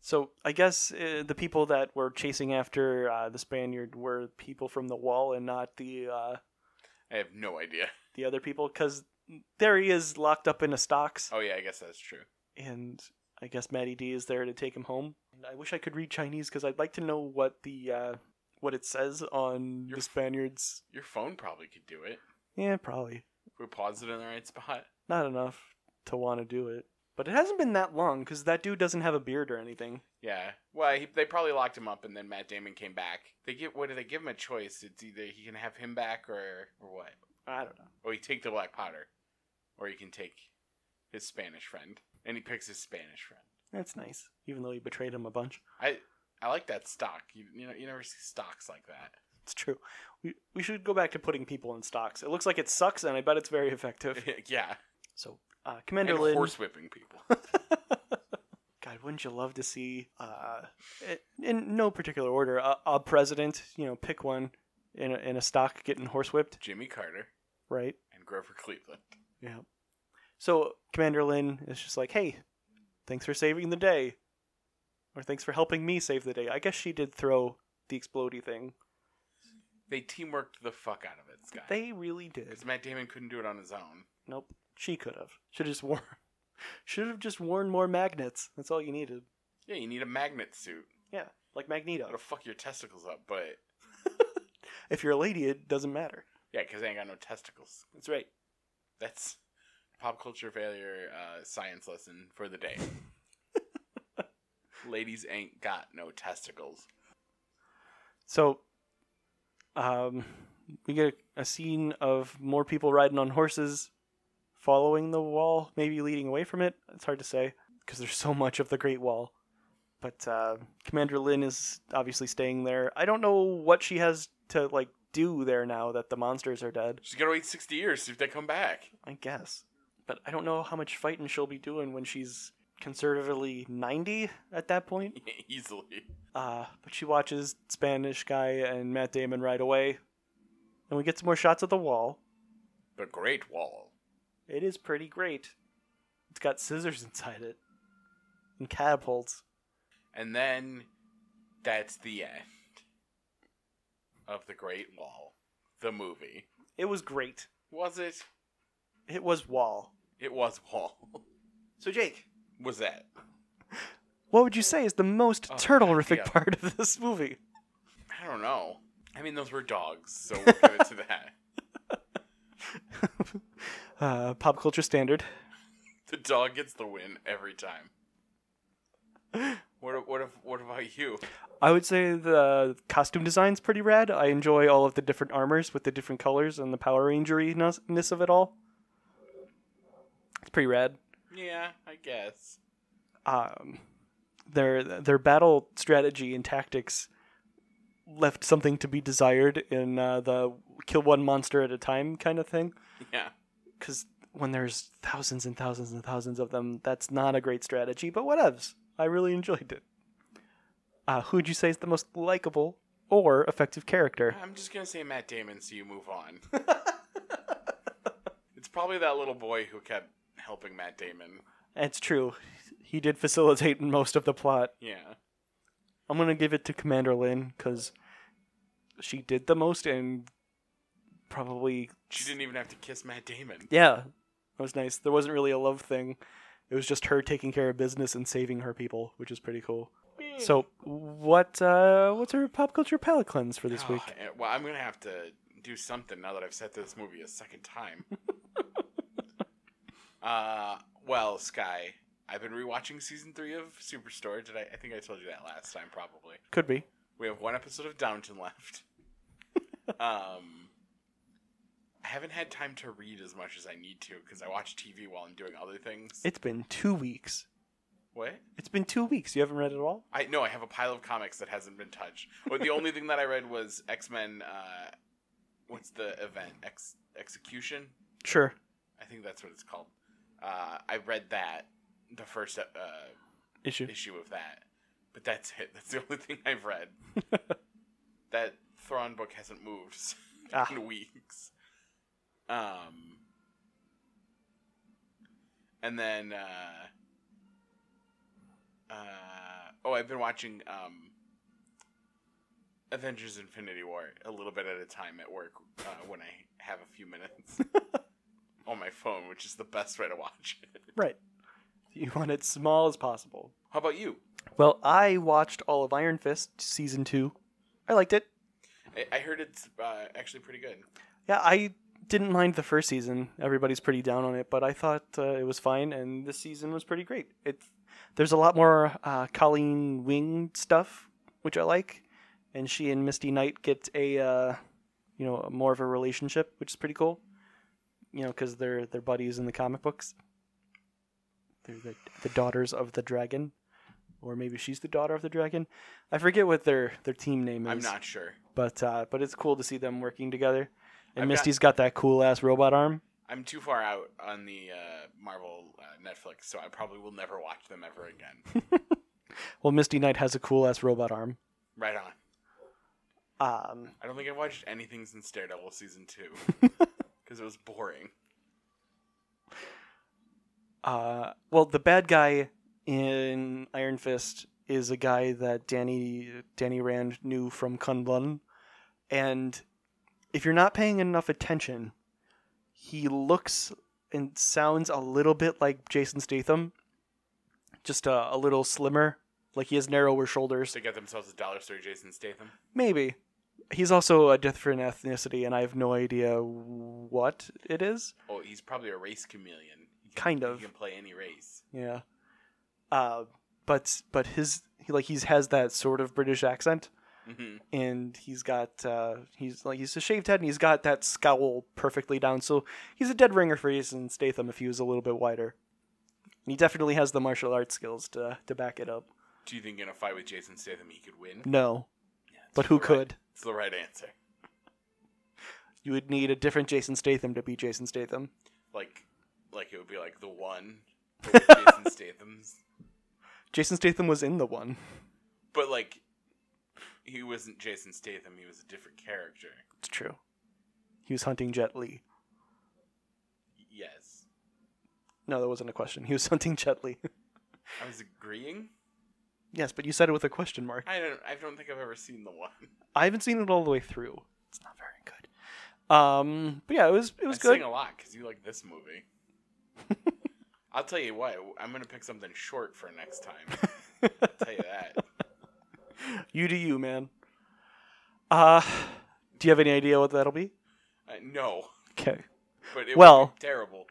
So I guess uh, the people that were chasing after uh, the Spaniard were people from the wall and not the uh, I have no idea. the other people, because there he is locked up in a stocks, Oh yeah, I guess that's true. and I guess Maddie D is there to take him home. And I wish I could read Chinese because I'd like to know what the uh, what it says on Your the f- Spaniards. Your phone probably could do it. Yeah, probably If we pause it in the right spot. not enough to want to do it, but it hasn't been that long because that dude doesn't have a beard or anything. Yeah. Well, he, they probably locked him up, and then Matt Damon came back. They give what do they give him a choice? It's either he can have him back, or or what? I don't know. Or you take the black powder, or you can take his Spanish friend, and he picks his Spanish friend. That's nice, even though he betrayed him a bunch. I I like that stock. You you know you never see stocks like that. It's true. We, we should go back to putting people in stocks. It looks like it sucks, and I bet it's very effective. yeah, So, uh, Commander and Lin. horse whipping people. God, wouldn't you love to see, uh, i- in no particular order, a, a president, you know, pick one in a, in a stock getting horsewhipped, Jimmy Carter right? and Grover Cleveland. Yeah. So, Commander Lin is just like, hey, thanks for saving the day. Or thanks for helping me save the day. I guess she did throw the explodey thing. They teamworked the fuck out of it, Scott. They really did. because Matt Damon couldn't do it on his own. Nope. She could have. Should have just worn. Should have just worn more magnets. That's all you needed. Yeah, you need a magnet suit. Yeah, like That'll Magneto. fuck your testicles up, but If you're a lady, it doesn't matter. yeah, because I ain't got no testicles. That's right. That's pop culture failure uh, science lesson for the day. Ladies ain't got no testicles. So, um, we get a scene of more people riding on horses, following the wall, maybe leading away from it. It's hard to say because there's so much of the Great Wall. But uh, Commander Lin is obviously staying there. I don't know what she has to like do there now that the monsters are dead. She's gotta wait sixty years to see if they come back. I guess. But I don't know how much fighting she'll be doing when she's conservatively 90 at that point. Easily. Uh, but she watches Spanish Guy and Matt Damon right away. And we get some more shots of the wall. The Great Wall. It is pretty great. It's got scissors inside it and catapults. And then that's the end of The Great Wall. The movie. It was great. Was it? It was Wall. It was Wall. So Jake, was that? what would you say is the most Oh, turtle-rific yeah. part of this movie? I don't know. I mean, those were dogs, so we'll give it to that. Uh, pop culture standard. The dog gets the win every time. What a- what if what about you? I would say the costume design's pretty rad. I enjoy all of the different armors with the different colors and the Power Rangery-ness of it all. It's pretty rad. Yeah, I guess. um, their their battle strategy and tactics left something to be desired in uh, the kill one monster at a time kind of thing. Yeah. Because when there's thousands and thousands and thousands of them, that's not a great strategy. But whatevs. I really enjoyed it. Uh, who'd you say is the most likable or effective character? I'm just gonna say Matt Damon, so you move on. it's probably that little boy who kept helping Matt Damon. It's true. He did facilitate most of the plot. Yeah. I'm gonna give it to Commander Lin because she did the most and probably She didn't even have to kiss Matt Damon. yeah, that was nice. There wasn't really a love thing. It was just her taking care of business and saving her people, which is pretty cool. So what uh, what's her pop culture palate cleanse for this Oh, week? eh, well, I'm gonna have to do something now that I've set this movie a second time. uh, well, Sky, I've been rewatching season three of Superstore. Did I? I think I told you that last time, probably. Could be. We have one episode of Downton left. um, I haven't had time to read as much as I need to because I watch TV while I'm doing other things. It's been two weeks. what? It's been two weeks. You haven't read it all? I no, I have a pile of comics that hasn't been touched. Well, the only thing that I read was X Men. Uh, what's the event? Ex execution. Sure. I think that's what it's called. Uh, I read that the first uh, Issue. issue of that, but that's it. That's the only thing I've read. that Thrawn book hasn't moved Ah. in weeks. Um, and then, uh, uh, oh, I've been watching um, Avengers: Infinity War a little bit at a time at work uh, when I have a few minutes on my phone, which is the best way to watch it. Right. You want it small as possible. How about you? Well, I watched all of Iron Fist season two. I liked it. I, I heard it's uh, actually pretty good. Yeah, I didn't mind the first season. Everybody's pretty down on it, but I thought uh, it was fine, and this season was pretty great. It's there's a lot more uh, Colleen Wing stuff, which I like, and she and Misty Knight get a uh, you know more of a relationship, which is pretty cool. You know, because they're they're buddies in the comic books. They're the, the daughters of the dragon, or maybe she's the daughter of the dragon. I forget what their their team name is I'm not sure. but uh, but it's cool to see them working together. And I've got- Misty's got, that cool ass robot arm. I'm too far out on the uh, Marvel uh, Netflix, so I probably will never watch them ever again. Well, Misty Knight has a cool ass robot arm. right on. Um, I don't think I've watched anything since Daredevil season two because it was boring. uh, well, the bad guy in Iron Fist is a guy that Danny Danny Rand knew from Kunlun, and if you're not paying enough attention, he looks and sounds a little bit like Jason Statham, just a, a little slimmer. Like he has narrower shoulders. They got themselves a dollar store Jason Statham. Maybe. He's also a different ethnicity, and I have no idea what it is. Oh, he's probably a race chameleon. He can- Kind of. He can play any race. Yeah. Uh, but but his he like he's has that sort of British accent, hmm and he's got uh, he's like he's a shaved head, and he's got that scowl perfectly down. So he's a dead ringer for Jason Statham if he was a little bit wider. And he definitely has the martial arts skills to to back it up. Do you think in a fight with Jason Statham he could win? No, Yeah, it's but who the right- could? It's the right answer. You would need a different Jason Statham to beat Jason Statham. Like, like it would be like the one. but with Jason Statham's. Jason Statham was in the one. But like, he wasn't Jason Statham. He was a different character. It's true. He was hunting Jet Li. Yes, No, that wasn't a question. He was hunting Jet Li. I was agreeing. yes, but you said it with a question mark. I don't. I don't think I've ever seen the one. I haven't seen it all the way through. It's not very good. Um, but yeah, it was it was I good. sing a lot because you like this movie. I'll tell you what. I'm gonna pick something short for next time. I'll tell you that. You do you, man. Uh, do you have any idea what that'll be? Uh, no, Okay. but it Well- was terrible.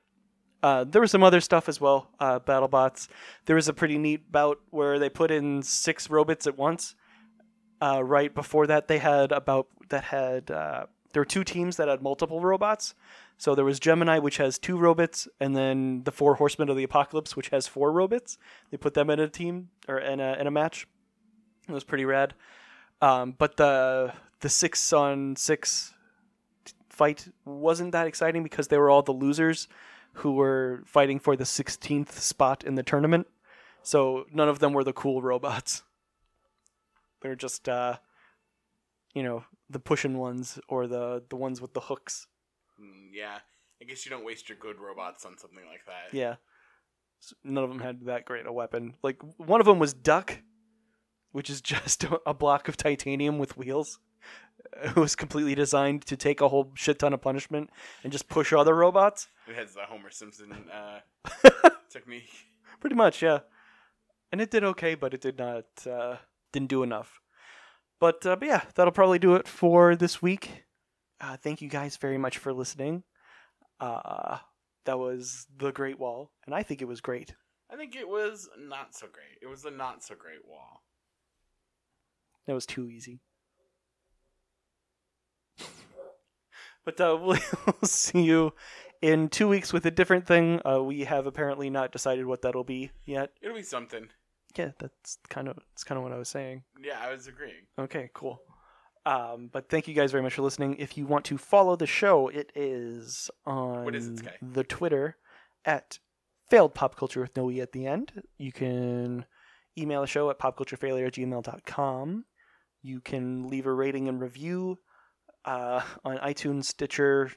Uh, there was some other stuff as well. Uh, BattleBots. There was a pretty neat bout where they put in six robots at once. Uh, right before that, they had about that had uh, there were two teams that had multiple robots. So there was Gemini, which has two robots, and then the Four Horsemen of the Apocalypse, which has four robots. They put them in a team or in a in a match. It was pretty rad. Um, but the the six on six fight wasn't that exciting because they were all the losers who were fighting for the 16th spot in the tournament. So none of them were the cool robots. They were just, uh, you know, the pushing ones or the the ones with the hooks. Mm, yeah, I guess you don't waste your good robots on something like that. Yeah, S- none of them had that great a weapon. Like one of them was Duck, which is just a block of titanium with wheels. It was completely designed to take a whole shit ton of punishment and just push other robots. It has the Homer Simpson uh, technique. pretty much yeah and it did okay but it did not uh didn't do enough but uh but yeah that'll probably do it for this week uh thank you guys very much for listening uh that was the great wall and i think it was great I think it was not so great. It was a not so great wall. that was too easy but uh we'll see you in two weeks with a different thing uh we have apparently not decided what that'll be yet It'll be something. yeah that's kind of that's kind of what i was saying Yeah, I was agreeing. Okay, cool. Um, but thank you guys very much for listening. If you want to follow the show, it is on is it, Sky? the Twitter at failed pop culture with no e at the end. You can email the show at popculturefailure at gmail.com. You can leave a rating and review uh, on iTunes, Stitcher,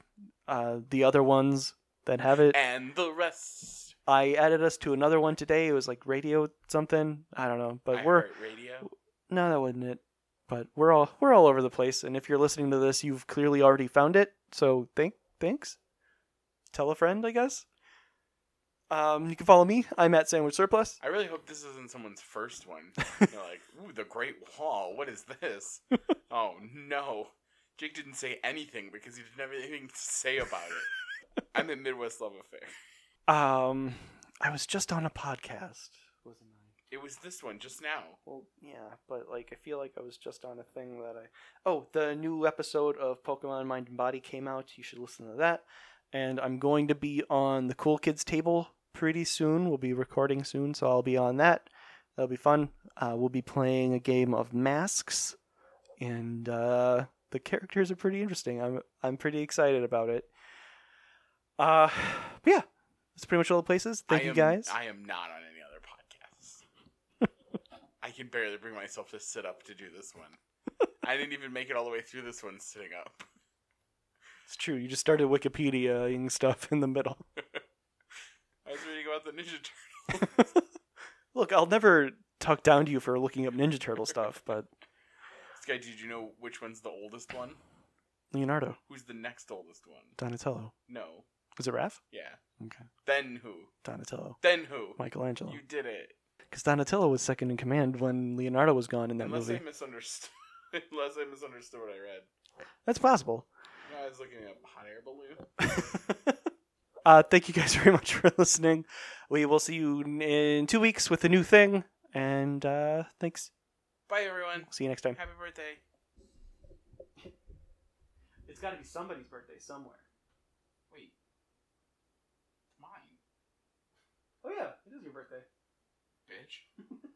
uh, the other ones that have it. And the rest. I added us to another one today. It was like radio something. I don't know, but we're radio. no, that wasn't it. But we're all we're all over the place, and if you're listening to this, you've clearly already found it. So thank thanks. Tell a friend, I guess. Um, you can follow me. I'm at Sandwich Surplus. I really hope this isn't someone's first one. They're like, ooh, the Great Wall. What is this? oh no, Jake didn't say anything because he didn't have anything to say about it. I'm at Midwest Love Affair. Um, I was just on a podcast, wasn't I? It was this one just now. Well, yeah, but like I feel like I was just on a thing that I. Oh, the new episode of Pokemon Mind and Body came out. You should listen to that. And I'm going to be on the Cool Kids table pretty soon. We'll be recording soon, so I'll be on that. That'll be fun. Uh, we'll be playing a game of masks, and uh, the characters are pretty interesting. I'm I'm pretty excited about it. Uh, but yeah, that's pretty much all the places. Thank I you am- guys. I am not on any other podcasts. I can barely bring myself to sit up to do this one. I didn't even make it all the way through this one sitting up. It's true. You just started Wikipediaing stuff in the middle. I was reading about the Ninja Turtles. Look, I'll never talk down to you for looking up Ninja Turtle stuff, but Sky, did you know which one's the oldest one? Leonardo, Who's the next oldest one? Donatello. No. Is it Raph? Yeah. Okay. Then who? Donatello. Then who? Michelangelo. You did it. Because Donatello was second in command when Leonardo was gone in that Unless movie. I misunderstood. Unless I misunderstood what I read. That's possible. No, I was looking at hot air balloon. uh, thank you guys very much for listening. We will see you in two weeks with a new thing. And uh, thanks. Bye, everyone. See you next time. Happy birthday. It's got to be somebody's birthday somewhere. Wait. Mine, Oh, yeah. It is your birthday. bitch.